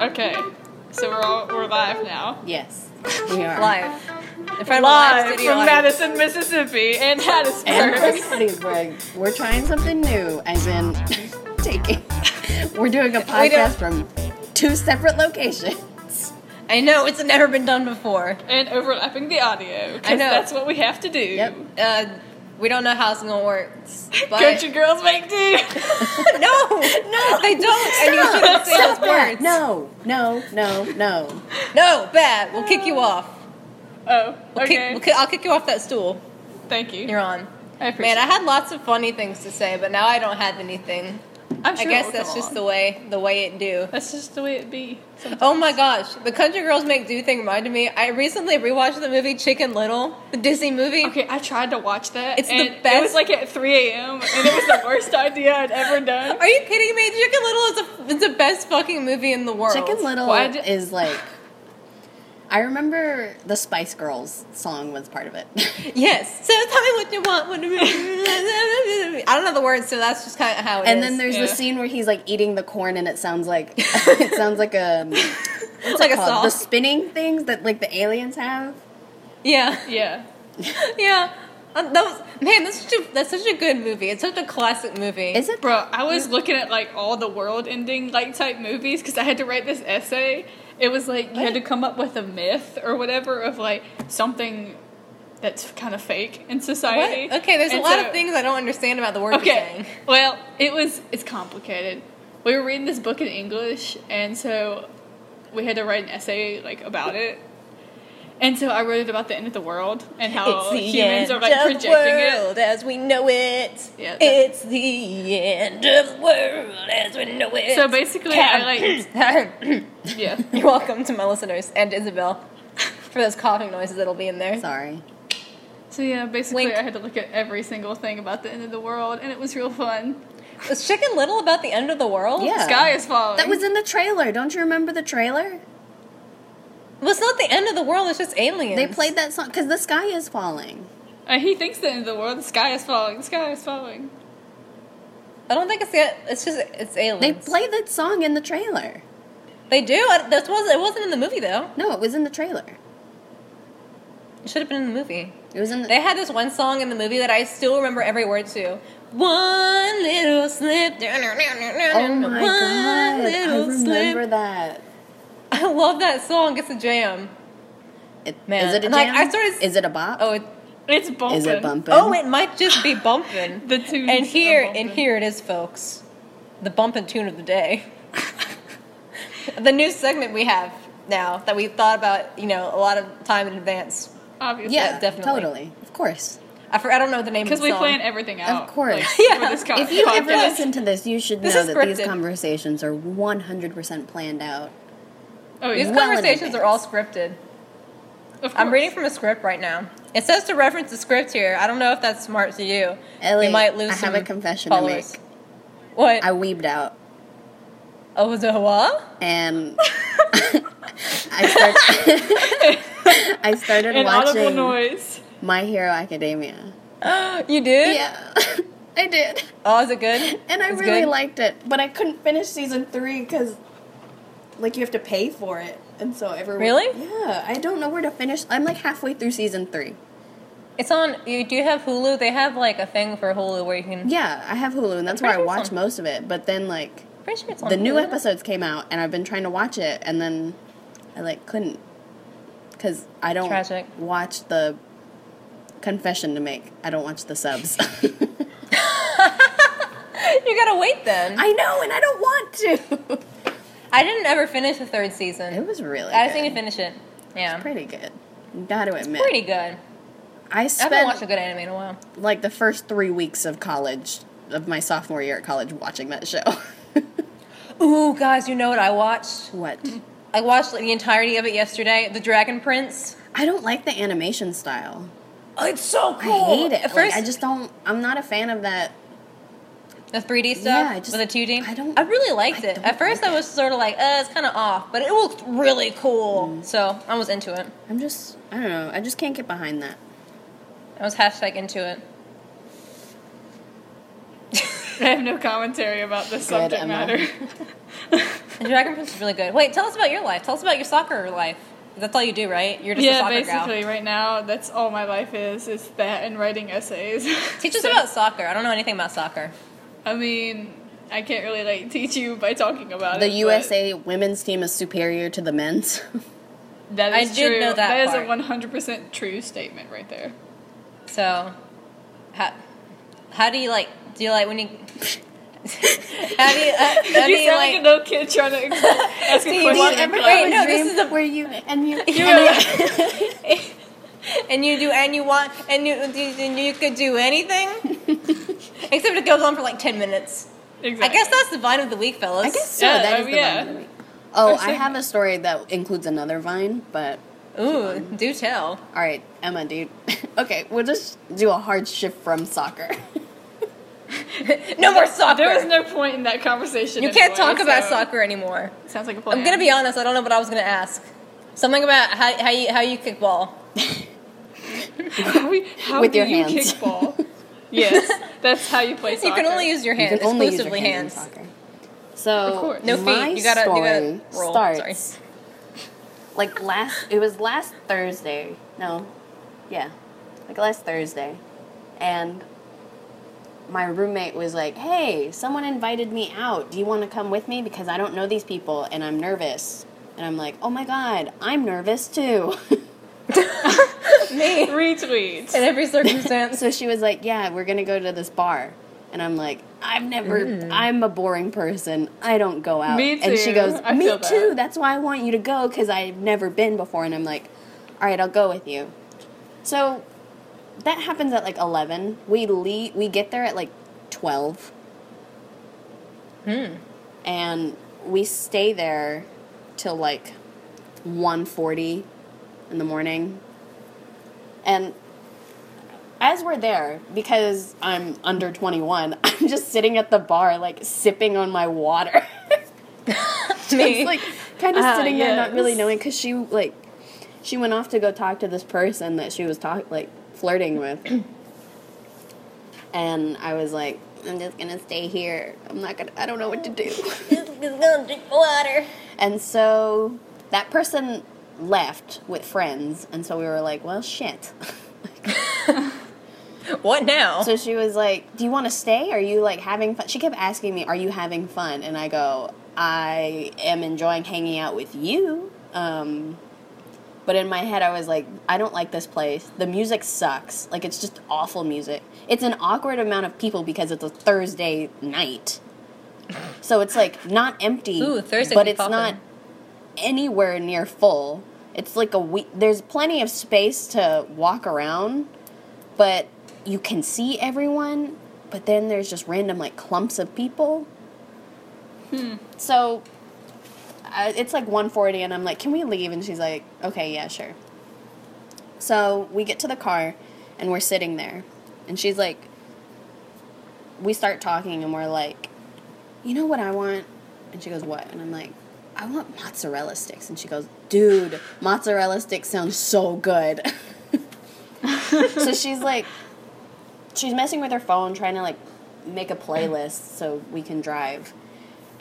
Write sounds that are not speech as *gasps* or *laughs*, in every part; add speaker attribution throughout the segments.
Speaker 1: Okay, so we're all we're live now.
Speaker 2: Yes,
Speaker 3: *laughs*
Speaker 2: we are.
Speaker 3: Live. In front of a
Speaker 1: Live
Speaker 3: studio
Speaker 1: from
Speaker 3: audience.
Speaker 1: Madison, Mississippi, and
Speaker 2: And
Speaker 1: Hattiesburg.
Speaker 2: Pittsburgh. we're trying something new, as in *laughs* taking. We're doing a
Speaker 3: *laughs* We don't-
Speaker 2: podcast from two separate
Speaker 3: *laughs*
Speaker 2: locations.
Speaker 3: I know it's never been done before.
Speaker 1: and overlapping the audio. 'cause
Speaker 3: I know.
Speaker 1: that's what we have to do.
Speaker 2: Yep.
Speaker 3: Uh, we don't know how it's gonna
Speaker 1: *laughs*
Speaker 3: work. But
Speaker 1: Coach and girls make do.
Speaker 3: *laughs* no, no, I don't. And you shouldn't say those words.
Speaker 2: No, no, no, no.
Speaker 3: no, bad. We'll kick you off.
Speaker 1: oh,
Speaker 3: We'll
Speaker 1: okay.
Speaker 3: kick, we'll kick, I'll kick you off that stool
Speaker 1: Thank you.
Speaker 3: you're on.
Speaker 1: I appreciate
Speaker 3: Man, I had lots of funny things to say, but now I don't have anything.
Speaker 1: it. I'm
Speaker 3: I
Speaker 1: sure it
Speaker 3: guess
Speaker 1: will
Speaker 3: that's
Speaker 1: come
Speaker 3: just
Speaker 1: along.
Speaker 3: the way the way it do.
Speaker 1: That's just the way it be.
Speaker 3: Oh my gosh, the Country Girls Make Do thing reminded me. I recently rewatched the movie Chicken Little, the Disney movie.
Speaker 1: Okay, I tried to watch that.
Speaker 3: It's the
Speaker 1: and It was
Speaker 3: best-
Speaker 1: like at 3 a.m. and it was the worst idea I'd ever
Speaker 3: *laughs*
Speaker 1: done.
Speaker 3: Are you kidding me? Chicken Little is a, it's the best fucking movie in the world.
Speaker 2: Chicken Little
Speaker 1: Why did-
Speaker 2: is like. I remember the Spice Girls song was part of it. *laughs*
Speaker 3: Yes. So tell me what you want. What do you- I don't know the words, so that's just kind of how it is.
Speaker 2: and then there's the
Speaker 1: yeah.
Speaker 2: scene where he's like eating the corn, and it sounds
Speaker 3: *laughs*
Speaker 2: like it sounds like a
Speaker 3: it's like a
Speaker 2: called? the
Speaker 3: sauce.
Speaker 2: spinning things that like the aliens have.
Speaker 3: yeah. *laughs*
Speaker 1: Yeah.
Speaker 3: Yeah. Um, that was, man, that's such, a, that's such a good movie. It's such a classic movie.
Speaker 2: Is it?
Speaker 1: Bro, I was looking at like all the world ending like type movies because I had to write this essay. It was like you had to come up with a myth or whatever of like something that's kind of fake in
Speaker 3: what?
Speaker 1: society.
Speaker 3: Okay, there's a
Speaker 1: And
Speaker 3: lot
Speaker 1: so-
Speaker 3: of things I don't understand about the word you're
Speaker 1: Okay.
Speaker 3: saying.
Speaker 1: Well, it was it's complicated. We were reading this book in English and so we had to write an essay like about it. And so I wrote it about the end of the world and how Oh, humans are like projecting it.
Speaker 3: world as we know it.
Speaker 1: Yeah, that-
Speaker 3: it's the end of the world as we know it.
Speaker 1: So basically, I like
Speaker 3: *coughs*
Speaker 1: yeah.
Speaker 3: *laughs* You're welcome to my listeners and Isabel *laughs* for those coughing noises that'll be in there.
Speaker 2: Sorry.
Speaker 1: So yeah, basically,
Speaker 3: Wink.
Speaker 1: I had to look at every single thing about the end of the world, and it was real fun.
Speaker 3: Was Chicken Little about the end of the world?
Speaker 2: Yeah.
Speaker 1: Sky is falling.
Speaker 2: That was in the trailer. Don't you remember the trailer?
Speaker 3: Well, it's not the end of the world, it's just aliens.
Speaker 2: They played that song because the sky is falling.
Speaker 1: Uh, he thinks the end of the world. The sky is falling. The sky is falling.
Speaker 3: I don't think it's the it's just it's
Speaker 2: They
Speaker 3: aliens.
Speaker 2: played that song in the trailer.
Speaker 3: They do. I- This was it wasn't in the movie though.
Speaker 2: No, it was in the trailer.
Speaker 3: It should have been in the movie.
Speaker 2: It was in the.
Speaker 3: They had this one song in the movie that I still remember every word to. One little slip.
Speaker 2: oh
Speaker 3: Oh
Speaker 2: my god! I remember that.
Speaker 3: I love that song. It's a jam.
Speaker 2: It,
Speaker 3: Man,
Speaker 2: is it a
Speaker 3: and, like,
Speaker 2: jam?
Speaker 3: I started-
Speaker 2: is it a bop?
Speaker 3: Oh, it,
Speaker 1: It's bumping.
Speaker 2: is it bumping?
Speaker 3: oh, it might just be bumping.
Speaker 1: *laughs* The tunes
Speaker 3: And
Speaker 1: are
Speaker 3: here and
Speaker 1: bumping.
Speaker 3: here it is, folks. The bumping tune of the day. *laughs* the new segment we have now that we thought about, you know, a lot of time in advance.
Speaker 1: Obviously.
Speaker 2: yeah,
Speaker 3: yeah, definitely.
Speaker 2: Totally, of course.
Speaker 3: I, for, I don't know the name of the
Speaker 1: Because we
Speaker 3: song.
Speaker 1: plan everything out.
Speaker 2: course.
Speaker 1: Like,
Speaker 3: Yeah.
Speaker 1: For this co-
Speaker 2: If you
Speaker 1: podcast.
Speaker 2: ever listen to this, you should
Speaker 3: This
Speaker 2: know
Speaker 3: is
Speaker 2: that these
Speaker 3: scripted.
Speaker 2: conversations are one hundred percent planned out.
Speaker 1: oh,
Speaker 3: These
Speaker 1: yeah.
Speaker 2: well in
Speaker 3: conversations are all scripted.
Speaker 1: Of
Speaker 3: I'm
Speaker 1: course.
Speaker 3: reading from a script right now. It says to reference the script here. I don't know if that's smart to do.
Speaker 2: Ellie,
Speaker 3: you might lose
Speaker 2: Uh, I have
Speaker 3: some
Speaker 2: a confession
Speaker 3: followers.
Speaker 2: to make.
Speaker 3: What?
Speaker 2: I weebed out,
Speaker 3: oh, was it what? *laughs*
Speaker 2: and *laughs* I started. *laughs* I started
Speaker 1: an audible
Speaker 2: watching
Speaker 1: noise. *laughs*
Speaker 2: My Hero Academia.
Speaker 3: *gasps* you did?
Speaker 2: Yeah, *laughs* I did.
Speaker 3: Oh, is
Speaker 2: *laughs*
Speaker 3: it good?
Speaker 2: And I
Speaker 3: It's
Speaker 2: really
Speaker 3: good?
Speaker 2: liked it, but I couldn't finish season three because, like, you have to pay for it, and so everyone.
Speaker 3: Really?
Speaker 2: Yeah, I don't know where to finish. I'm like halfway through season three.
Speaker 3: It's on. You do have Hulu. They have like a thing for Hulu where you can.
Speaker 2: Yeah, I have Hulu, and that's where I
Speaker 3: pretty sure
Speaker 2: watch
Speaker 3: it's on-
Speaker 2: most of it. But then, like,
Speaker 3: Pretty sure it's on
Speaker 2: the new
Speaker 3: Hulu.
Speaker 2: episodes came out, and I've been trying to watch it, and then I like couldn't because I don't
Speaker 3: Tragic.
Speaker 2: watch the confession to make. I don't watch the *laughs* subs.
Speaker 3: *laughs* You gotta wait then. I,
Speaker 2: I know, and I don't want to. *laughs*
Speaker 3: didn't ever finish the third season.
Speaker 2: it was really.
Speaker 3: I just
Speaker 2: good.
Speaker 3: need to finish it. Yeah.
Speaker 2: pretty good. Got to admit,
Speaker 3: Pretty
Speaker 2: I
Speaker 3: good. I haven't
Speaker 2: spent
Speaker 3: watched a good anime in a while.
Speaker 2: like the first three weeks of college of my sophomore year at college watching that show. *laughs*
Speaker 3: Ooh, guys, you know what I watched?
Speaker 2: what?
Speaker 3: I watched like, the entirety of it yesterday. The Dragon Prince.
Speaker 2: I don't like the animation style.
Speaker 3: Oh, it's so
Speaker 2: I
Speaker 3: cool.
Speaker 2: hate it.
Speaker 3: At
Speaker 2: Like,
Speaker 3: first,
Speaker 2: I just don't. I'm not a fan of that.
Speaker 3: the 3D stuff
Speaker 2: Yeah, I just-
Speaker 3: with the 2D.
Speaker 2: I don't-
Speaker 3: I really liked
Speaker 2: I
Speaker 3: it.
Speaker 2: don't
Speaker 3: At first,
Speaker 2: like
Speaker 3: I was sort of like, uh, it's kind of off, but it looked really cool.
Speaker 2: Mm.
Speaker 3: So I was into it.
Speaker 2: I'm just. I don't know. I just can't get behind that.
Speaker 3: I was hashtag into it.
Speaker 1: I have no commentary about this
Speaker 2: Good,
Speaker 1: subject
Speaker 2: Emma.
Speaker 1: matter.
Speaker 3: And Dragon Prince is really good. Wait, tell us about your life. Tell us about your soccer life. That's all you do, right? You're just a
Speaker 1: yeah,
Speaker 3: soccer
Speaker 1: basically,
Speaker 3: gal.
Speaker 1: right now, that's all my life is is that and writing essays.
Speaker 3: Teach
Speaker 1: *laughs*
Speaker 3: us
Speaker 1: So,
Speaker 3: about soccer. I don't know anything about soccer.
Speaker 1: I mean, I can't really like teach you by talking about
Speaker 2: The
Speaker 1: it. but
Speaker 2: USA women's team is superior to the men's. *laughs*
Speaker 1: That is
Speaker 3: I did
Speaker 1: true.
Speaker 3: know that
Speaker 1: that is a
Speaker 3: part.
Speaker 1: one hundred percent true statement right there.
Speaker 3: So, how, how do you like? Do you like when you? *laughs* how do you? Uh, how
Speaker 1: *laughs*
Speaker 3: do
Speaker 1: you
Speaker 3: you
Speaker 1: sound
Speaker 3: like?
Speaker 1: like a little kid trying
Speaker 3: *laughs*
Speaker 1: to ex- ask a question.
Speaker 2: Well,
Speaker 1: in
Speaker 2: ever
Speaker 1: class.
Speaker 2: have
Speaker 3: Wait, no, this is
Speaker 2: where you and *laughs* you,
Speaker 3: and you do, and you want, and you do, and you could do
Speaker 1: *laughs*
Speaker 3: anything, except it goes on for like ten minutes.
Speaker 1: *laughs*
Speaker 3: I
Speaker 1: Exactly.
Speaker 3: guess that's the vine of the week, fellas.
Speaker 2: I guess so.
Speaker 1: Yeah,
Speaker 2: that
Speaker 1: I
Speaker 2: is
Speaker 1: mean,
Speaker 2: the
Speaker 1: yeah.
Speaker 2: Vine. Oh,
Speaker 1: Or
Speaker 3: *laughs*
Speaker 2: I have a story that includes another Vine, but
Speaker 3: Ooh, do tell.
Speaker 2: all right, Emma, dude. *laughs* okay, we'll just do a hard shift from soccer. *laughs*
Speaker 3: No more soccer.
Speaker 1: There was no point in that conversation.
Speaker 3: you can't
Speaker 1: anyway,
Speaker 3: talk about
Speaker 1: so-
Speaker 3: soccer anymore.
Speaker 1: Sounds like a plan.
Speaker 3: I'm gonna be honest. I don't know what I was gonna ask. Something about how, how you how you kick ball.
Speaker 1: How, we- how
Speaker 2: With
Speaker 1: do
Speaker 2: your
Speaker 1: you
Speaker 2: hands.
Speaker 1: kick ball? yes, that's how you play soccer.
Speaker 3: *laughs* You can only use your hands,
Speaker 2: you can only use your
Speaker 3: exclusively
Speaker 2: hands. in soccer. So
Speaker 1: Of course.
Speaker 3: No
Speaker 2: my
Speaker 3: feet. You gotta- you
Speaker 2: story
Speaker 3: gotta roll.
Speaker 2: starts
Speaker 3: Sorry.
Speaker 2: like last. It was last Thursday. No, yeah, like last Thursday, and my roommate was like, "Hey, someone invited me out. Do you want to come with me? Because I don't know these people and I'm nervous." And I'm like, "Oh my god, I'm nervous too." *laughs*
Speaker 3: Me
Speaker 1: retweets.
Speaker 3: *laughs* in
Speaker 2: *laughs*
Speaker 3: every circumstance.
Speaker 2: so she was like, "Yeah, we're gonna go to this bar," and I'm like, "I've never. I'm a boring person. I don't go out."
Speaker 1: Mm. Me
Speaker 2: And she
Speaker 1: too.
Speaker 2: goes,
Speaker 1: I
Speaker 2: "Me
Speaker 1: feel that."
Speaker 2: too. That's why I want you to go because I've never been before." And I'm like, "All right, I'll go with you." So that happens at like eleven. We leave. We get there at like twelve. Hmm. And we stay there till like 1.40 in the morning and as we're there, because I'm under 21, *laughs* I'm just sitting at the bar, like sipping on my water. *laughs*
Speaker 3: Me.
Speaker 2: It's like kind of
Speaker 1: Ah,
Speaker 2: sitting there, not really
Speaker 1: yes.
Speaker 2: knowing, because she like she went off to go talk to this person that she was talk like flirting with, and I was like, I'm just gonna stay here. I'm not gonna. I don't know what to do. *laughs*
Speaker 3: water.
Speaker 2: And so that person left with friends, and so we were like, well, shit. *laughs*
Speaker 3: What now?
Speaker 2: So she was like, "Do you want to stay? Are you like having fun?" She kept asking me, "Are you having fun?" And I go, "I am enjoying hanging out with you." Um, but in my head, I was like, "I don't like this place. The music sucks. Like it's just awful music. It's an awkward amount of people because it's a Thursday night, so it's like not empty,
Speaker 3: Ooh, Thursday
Speaker 2: but
Speaker 3: be
Speaker 2: it's
Speaker 3: poppin'.
Speaker 2: not anywhere near full. It's like a we- there's plenty of space to walk around, but you can see everyone, but then there's just random like clumps of people. Hmm. So I, it's like 1:40 and I'm like, "Can we leave?" and she's like, "Okay, yeah, sure." So we get to the car and we're sitting there. And she's like we start talking and we're like, "You know what I want?" And she goes, "What?" And I'm like, "I want mozzarella sticks." And she goes, "Dude, mozzarella sticks sounds so good." *laughs* so she's like she's messing with her phone trying to like make a playlist so we can drive.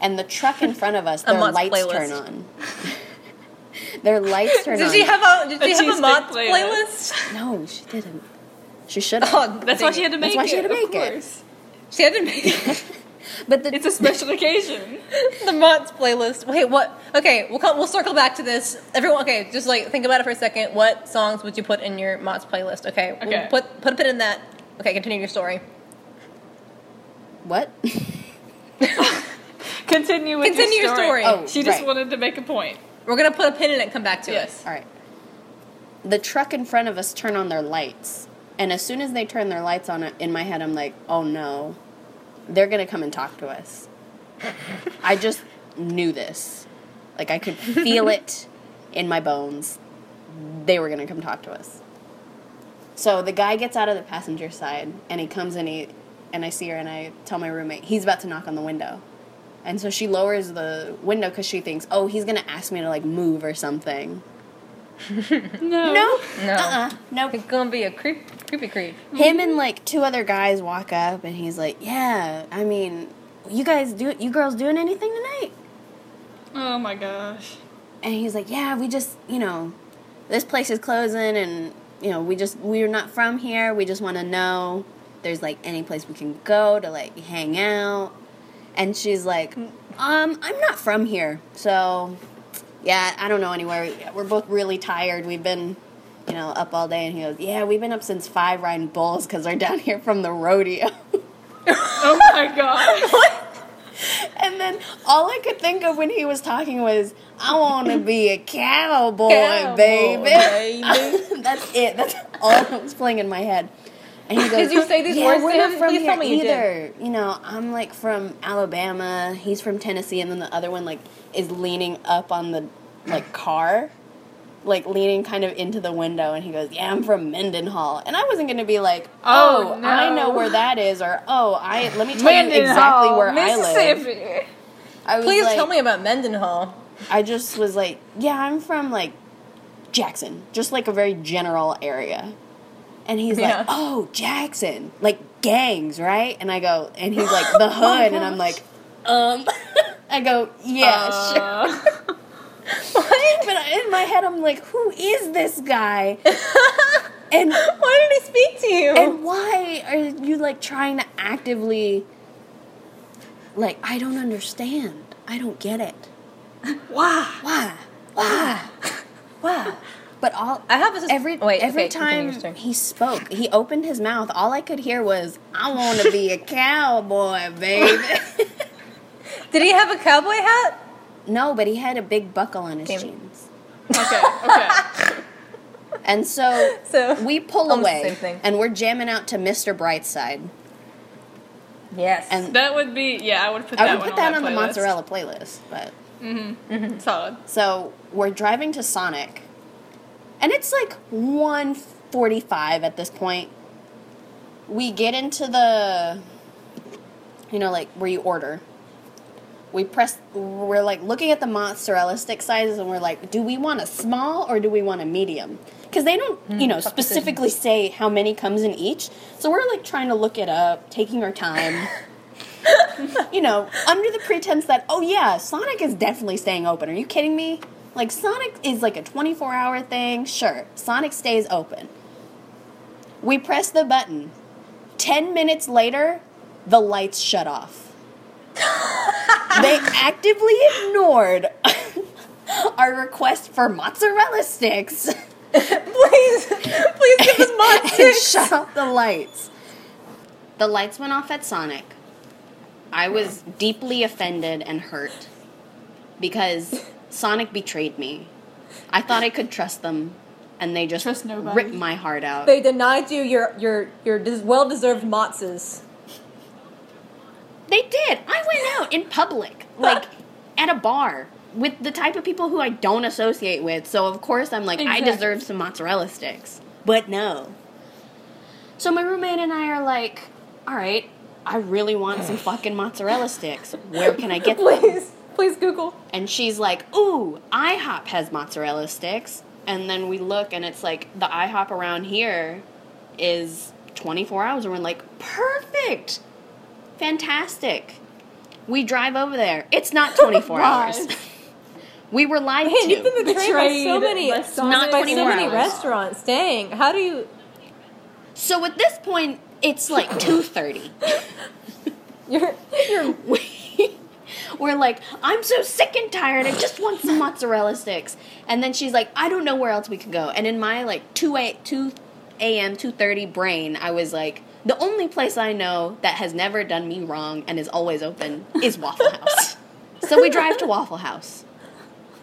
Speaker 2: And the truck in front of
Speaker 3: *laughs*
Speaker 2: us, their
Speaker 3: Mott's
Speaker 2: lights
Speaker 3: playlist.
Speaker 2: turn on. *laughs* their
Speaker 3: *laughs*
Speaker 2: lights turn
Speaker 3: Did
Speaker 2: on.
Speaker 3: she have a Did
Speaker 1: A
Speaker 3: she have
Speaker 1: cheese
Speaker 3: a
Speaker 1: stick
Speaker 3: Mott's
Speaker 1: playlist.
Speaker 3: playlist?
Speaker 2: No, she didn't. She should have.
Speaker 3: Oh,
Speaker 1: that's why she had to make
Speaker 2: That's
Speaker 1: it.
Speaker 2: why she had to
Speaker 1: of
Speaker 2: make it.
Speaker 1: course.
Speaker 3: She had to make *laughs* it.
Speaker 2: But the
Speaker 1: It's a
Speaker 2: *laughs*
Speaker 1: special occasion.
Speaker 3: the Mott's playlist. Wait, what? Okay, we'll come, we'll circle back to this. Everyone, okay, just like think about it for a second. What songs would you put in your Mott's playlist? Okay, we'll
Speaker 1: Okay.
Speaker 3: put put a bit in that. Okay, continue your story.
Speaker 2: what?
Speaker 1: Continue with
Speaker 3: Continue your
Speaker 1: your story.
Speaker 3: story.
Speaker 2: Oh,
Speaker 1: She just
Speaker 2: right.
Speaker 1: wanted to make a point.
Speaker 3: We're gonna put a pin in it. and Come back to
Speaker 1: Yes.
Speaker 2: All right. The truck in front of us turn on their lights, and as soon as they turn their lights on, in my head, I'm like, oh no, they're gonna come and talk to us. I just knew this. Like I could feel it in my bones. They were gonna come talk to us. So the guy gets out of the passenger side and he comes and he and I see her and I tell my roommate he's about to knock on the window. And so she lowers the window cuz she thinks, "Oh, he's going to ask me to like move or something."
Speaker 1: No.
Speaker 2: No.
Speaker 3: No.
Speaker 2: Uh-uh. Nope.
Speaker 3: It's gonna be a creep, creepy creep.
Speaker 2: Him and like two other guys walk up, and he's like, "Yeah, I mean, you guys do you girls doing anything tonight?"
Speaker 1: Oh my gosh.
Speaker 2: And he's like, "Yeah, we just you know, this place is closing, and you know, we just we're not from here. We just want to know if there's like any place we can go to like hang out." And she's like, "Um, I'm not from here, so yeah, I don't know anywhere. We're both really tired. We've been." You know, up all day, and he goes, "Yeah, we've been up since five riding bulls because they're down here from the rodeo." *laughs*
Speaker 1: Oh my gosh.
Speaker 2: And then all I could think of when he was talking was, I want to be a cowboy,
Speaker 3: Cowboy,
Speaker 2: baby.
Speaker 3: baby.
Speaker 2: That's
Speaker 3: *laughs*
Speaker 2: it. That's all that was playing in my head. And he goes,
Speaker 3: you say these
Speaker 2: yeah,
Speaker 3: words
Speaker 2: We're
Speaker 3: to
Speaker 2: not
Speaker 3: him?
Speaker 2: from
Speaker 3: Please
Speaker 2: here
Speaker 3: tell me you did."
Speaker 2: either. You know, I'm like from Alabama. He's from Tennessee, and then the other one like is leaning up on the like car, like leaning kind of into the window. And he goes, "Yeah, I'm from Mendenhall." And I wasn't gonna be like, "Oh,
Speaker 1: Oh,
Speaker 2: I
Speaker 1: no.
Speaker 2: know where that is," or "Oh, I let me tell you exactly
Speaker 1: Mendenhall,
Speaker 2: where I live."
Speaker 1: Mississippi.
Speaker 2: I was
Speaker 3: Please
Speaker 2: like-
Speaker 3: tell me about Mendenhall. *laughs*
Speaker 2: I just was like, yeah, I'm from like Jackson, just like a very general area. And he's
Speaker 3: Yeah.
Speaker 2: like, oh, Jackson, like gangs, right? And I go, and he's like, the hood. and I'm like, um, *laughs* I go, yeah, sure.
Speaker 1: Uh,
Speaker 2: *laughs*
Speaker 1: *laughs*
Speaker 2: But in my head, I'm like, who is this guy? and
Speaker 3: Why did he speak to you?
Speaker 2: and why are you like trying to actively, like, I don't understand. I don't get it.
Speaker 1: Wow.
Speaker 2: Why? Why? Why? But all
Speaker 3: I have a sus-
Speaker 2: every
Speaker 3: wait,
Speaker 2: every
Speaker 3: okay, continue your
Speaker 2: time
Speaker 3: story.
Speaker 2: he spoke, he opened his mouth. All I could hear was, "I want to be a cowboy,
Speaker 3: *laughs*
Speaker 2: baby."
Speaker 3: did he have a cowboy hat?
Speaker 2: no, but he had a big buckle on his
Speaker 3: Damn it.
Speaker 2: jeans,
Speaker 1: Okay, okay.
Speaker 2: and so
Speaker 3: So
Speaker 2: we pull
Speaker 3: almost the
Speaker 2: away,
Speaker 3: same thing.
Speaker 2: and we're jamming out to Mr. Brightside.
Speaker 3: Yes.
Speaker 2: And-
Speaker 1: That would be, yeah, I would put that
Speaker 2: I would
Speaker 1: one
Speaker 2: put that on, the
Speaker 1: playlist.
Speaker 2: mozzarella playlist, but
Speaker 1: Solid.
Speaker 2: so we're driving to Sonic, and it's like one forty-five at this point. We get into the, you know, like where you order. We press. We're like looking at the mozzarella stick sizes, and we're like, do we want a small or do we want a medium? Because they don't, you know,
Speaker 3: Hmm, tough decision.
Speaker 2: specifically say how many comes in each. So we're like trying to look it up, taking our
Speaker 3: *laughs*
Speaker 2: time. you know, under the pretense that, oh yeah, Sonic is definitely staying open. Are you kidding me? Like, Sonic is like a 24 hour thing. Sure, Sonic stays open. We press the button. 10 minutes later, the lights shut off. they actively ignored *laughs* our request for mozzarella sticks
Speaker 3: *laughs* please, please give *laughs*
Speaker 2: *laughs*
Speaker 3: us
Speaker 2: and
Speaker 3: monsters.
Speaker 2: shut off the lights. The lights went off at Sonic. I was deeply offended and hurt because Sonic betrayed me. I thought I could trust them, and they just
Speaker 1: Trust nobody.
Speaker 2: ripped my heart out.
Speaker 3: they denied you your your your des- well deserved mozzas.
Speaker 2: They did. I went out in *laughs* public, like at a bar, with the type of people who I don't associate with. So of course I'm like, I
Speaker 1: Exactly.
Speaker 2: deserve some mozzarella sticks. But no. So my roommate and I are like, all right, I really want *laughs* some fucking mozzarella sticks. Where can I get them?
Speaker 3: Please, please Google.
Speaker 2: And she's like, ooh, IHOP has mozzarella sticks. And then we look and it's like the IHOP around here is 24 hours. And we're like, perfect. Fantastic. We drive over there. It's not 24 hours. *laughs*
Speaker 1: Lies.
Speaker 2: We were lied
Speaker 3: Man, you've *laughs*
Speaker 2: to.
Speaker 3: been betrayed, by so
Speaker 1: Betrayed
Speaker 3: many,
Speaker 1: by so Not
Speaker 3: by
Speaker 2: many
Speaker 3: so many
Speaker 2: hours.
Speaker 3: restaurants. Dang, how do you?
Speaker 2: So at this point, it's like 2.30.
Speaker 3: You're, you're
Speaker 2: *laughs* we were like, I'm so sick and tired. I just want some mozzarella sticks. And then she's like, I don't know where else we can go. And in my like two a two a.m. two thirty brain, I was like, the only place I know that has never done me wrong and is always open is Waffle House. so we drive to Waffle House,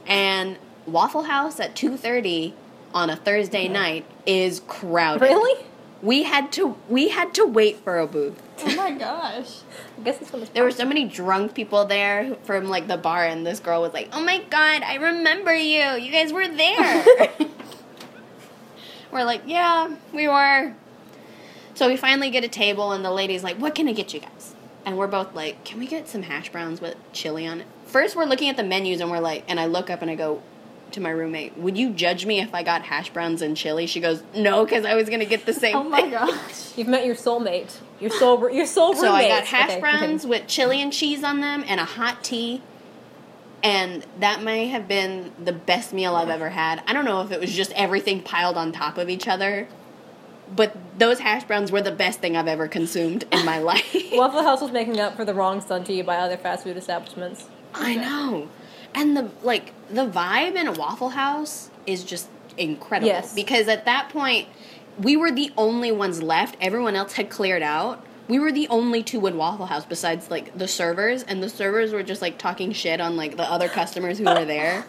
Speaker 2: and Waffle House at two thirty on a Thursday night is crowded.
Speaker 3: really.
Speaker 2: We had to we had to wait for a booth.
Speaker 1: Oh my gosh.
Speaker 3: I guess this one is.
Speaker 2: *laughs* There were so many drunk people there who- from like the bar, and this girl was like, "Oh my god, I remember you. You guys
Speaker 1: *laughs*
Speaker 2: were there." we're like, "Yeah, we were." So we finally get a table, and the lady's like, "What can I get you guys?" And we're both like, "Can we get some hash browns with chili on it?" First, we're looking at the menus, and we're like, and I look up and I go, to my roommate, "Would you judge me if I got hash browns and chili?" She goes, "No, because I was gonna get the same."
Speaker 1: Oh my
Speaker 2: thing." *laughs*
Speaker 1: gosh.
Speaker 3: You've met your soulmate. Your soul. Your soul
Speaker 2: So I got
Speaker 3: roommates.
Speaker 2: hash
Speaker 3: Okay,
Speaker 2: browns
Speaker 3: continue.
Speaker 2: with chili and cheese on them and a hot tea. And that may have been the best meal I've ever had. I don't know if it was just everything piled on top of each other, but those hash browns were the best thing I've ever consumed in my *laughs* life.
Speaker 3: Waffle House was making up for the wrongs done to you by other fast food establishments.
Speaker 2: I know. And the like the vibe in a Waffle House is just incredible.
Speaker 3: Yes.
Speaker 2: Because at that point we were the only ones left. Everyone else had cleared out. We were the only two in Waffle House besides like the servers and the servers were just like talking shit on like the other customers who were there.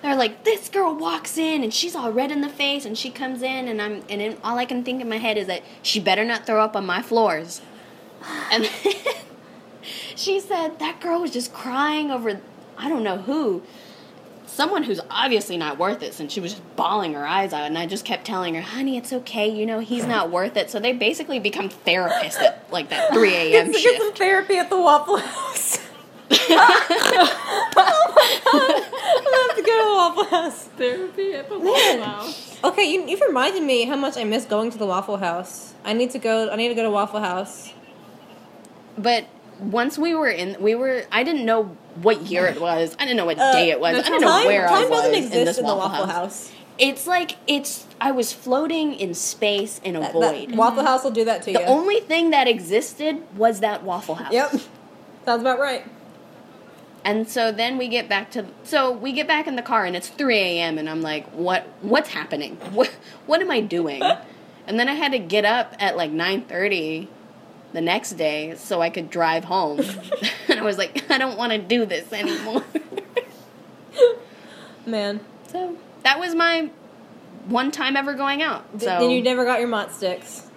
Speaker 2: They're like, this girl walks in and she's all red in the face and she comes in and I'm and then all I can think in my head is that she better not throw up on my floors. And she said that girl was just crying over I don't know who. Someone who's obviously not worth it since she was just bawling her eyes out and I just kept telling her, Honey, it's okay, you know, he's not worth it. So they basically become therapists at like that
Speaker 3: *laughs*
Speaker 2: three AM
Speaker 3: Let's get
Speaker 2: shift.
Speaker 3: some therapy at the Waffle House. *laughs* oh my god! I have to go to the Waffle House.
Speaker 1: Therapy at the Waffle House.
Speaker 3: Okay, you, you've reminded me how much I miss going to the Waffle House. I need to go. I need to go to Waffle House.
Speaker 2: But once we were in we were I didn't know what year it was. I didn't know what day it was. I
Speaker 1: the
Speaker 2: didn't know
Speaker 3: Uh, time,
Speaker 2: where I
Speaker 3: time
Speaker 2: was
Speaker 3: doesn't
Speaker 2: in
Speaker 3: exist
Speaker 2: this
Speaker 3: in the
Speaker 2: Waffle House.
Speaker 3: House.
Speaker 2: It's like it's I was floating in space in a
Speaker 3: That- that-
Speaker 2: void.
Speaker 3: Waffle House will do that to
Speaker 2: the
Speaker 3: you.
Speaker 2: only thing that existed was that Waffle House.
Speaker 3: Yep. Sounds about right.
Speaker 2: And so then we get back to so we get back in the car and it's 3 a.m. and I'm like, what what's happening? *laughs* What what am I doing? And then I had to get up at like 9:30 the next day so I could drive home. *laughs* and I was like, I don't want to do this anymore.
Speaker 3: Man.
Speaker 2: so that was my one time ever going out.
Speaker 3: D-
Speaker 2: So
Speaker 3: Then you never got your mott sticks.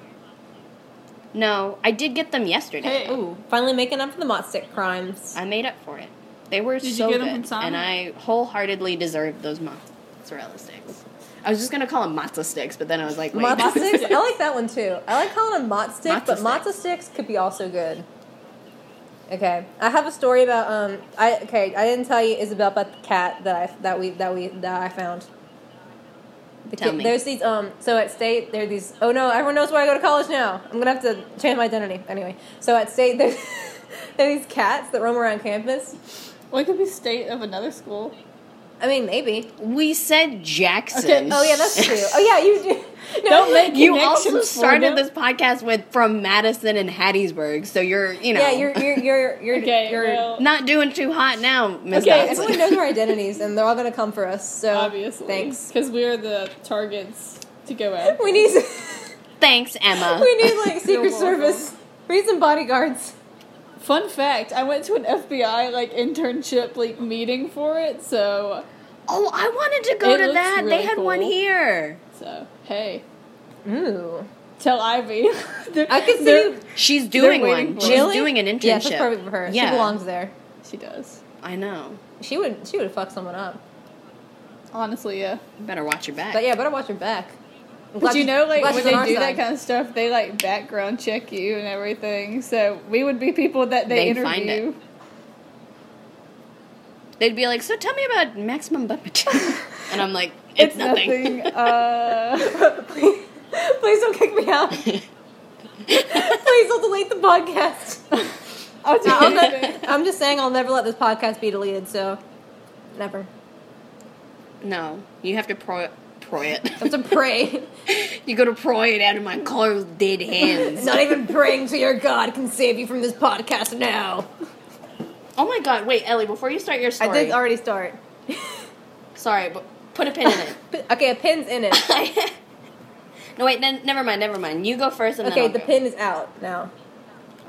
Speaker 2: no, I did get them yesterday.
Speaker 1: Hey.
Speaker 3: Ooh, finally making up for the mott stick crimes.
Speaker 2: I made up for it. They were
Speaker 1: Did you
Speaker 2: so
Speaker 1: get 'em
Speaker 2: good,
Speaker 1: from Sonic?
Speaker 2: and I wholeheartedly deserved those mozzarella sticks. I was just gonna call them matzo sticks, but then I was like, wait,
Speaker 3: Matzo
Speaker 1: Wait.
Speaker 3: sticks? I like that one too. I like calling them mott stick,
Speaker 2: Matzo
Speaker 3: but matzo sticks could be also good. Okay, I have a story about um. I okay, I didn't tell you Isabel about the cat that I that we that we that I found. The
Speaker 2: Tell
Speaker 3: kid-
Speaker 2: me.
Speaker 3: There's these um. So at state there are these. Oh no! Everyone knows where I go to college now. I'm gonna have to change my identity anyway. So at state *laughs* there's there are these cats that roam around campus.
Speaker 1: Well, it could be state of another school.
Speaker 3: I mean maybe.
Speaker 2: *laughs* we said Jackson.
Speaker 1: Okay,
Speaker 3: Oh
Speaker 2: *laughs*
Speaker 3: yeah, that's true. Oh yeah, you do. *laughs* No,
Speaker 1: Don't make
Speaker 2: you
Speaker 1: connections
Speaker 2: also
Speaker 1: for
Speaker 2: started
Speaker 1: them.
Speaker 2: this podcast with from Madison and Hattiesburg, so you're you know
Speaker 3: Yeah, you're you're you're you're
Speaker 1: Okay,
Speaker 3: you're.
Speaker 1: well-
Speaker 2: *laughs* not doing too hot now, Miss
Speaker 1: Okay,
Speaker 2: Dotson.
Speaker 3: Everyone knows our identities, and they're all gonna come for us. So
Speaker 1: Obviously.
Speaker 3: thanks.
Speaker 1: Because we are the targets to go after.
Speaker 3: We need *laughs*
Speaker 2: Thanks, Emma.
Speaker 3: we need like Secret
Speaker 1: welcome.
Speaker 3: Service. We need some bodyguards.
Speaker 1: Fun fact, I went to an FBI like internship like meeting for it, so
Speaker 2: oh, I wanted to go
Speaker 1: It
Speaker 2: to
Speaker 1: looks
Speaker 2: that. they
Speaker 1: really
Speaker 2: had one
Speaker 1: cool.
Speaker 2: here.
Speaker 1: so hey.
Speaker 3: Ooh,
Speaker 1: Tell Ivy. *laughs*
Speaker 3: I could see.
Speaker 1: They're-
Speaker 2: She's doing
Speaker 1: waiting
Speaker 2: one.
Speaker 1: for
Speaker 2: She's
Speaker 1: Really?
Speaker 2: doing an internship.
Speaker 3: Yeah, that's perfect for her.
Speaker 2: Yeah.
Speaker 3: She belongs there.
Speaker 1: She does.
Speaker 2: I know.
Speaker 3: She would. She would fuck someone up.
Speaker 1: Honestly, yeah.
Speaker 2: You better watch your back.
Speaker 3: But yeah, better watch her back. I'm glad
Speaker 1: But you
Speaker 3: she's-
Speaker 1: know, like
Speaker 3: glad
Speaker 1: when
Speaker 3: she's
Speaker 1: they
Speaker 3: on our
Speaker 1: do that
Speaker 3: side.
Speaker 1: kind of stuff, they like background check you and everything. So we would be people that they
Speaker 2: They'd
Speaker 1: interview.
Speaker 2: find it. They'd be like, "So tell me about maximum butt *laughs* potential," and I'm like, "It's, nothing."
Speaker 1: uh,
Speaker 3: please, please don't kick me out. please don't delete the podcast.
Speaker 1: I'll do
Speaker 3: I'll ne-
Speaker 1: anything.
Speaker 3: I'm just saying, I'll never let this podcast be deleted. So, never.
Speaker 2: no, you have to pro proy it. *laughs*
Speaker 3: That's a *laughs* pray.
Speaker 2: you go to proy it out of my cold dead hands.
Speaker 3: Not even praying to your God can save you from this podcast now.
Speaker 2: *laughs* oh my god! Wait, Ellie, before you start your story,
Speaker 3: I did already start.
Speaker 2: sorry, but put a pin in it.
Speaker 3: P- Okay, a pin's in it.
Speaker 2: *laughs* no, wait, then never mind, never mind. You go first, and
Speaker 3: Okay,
Speaker 2: then I'll
Speaker 3: the
Speaker 2: go.
Speaker 3: pin is out *laughs* now.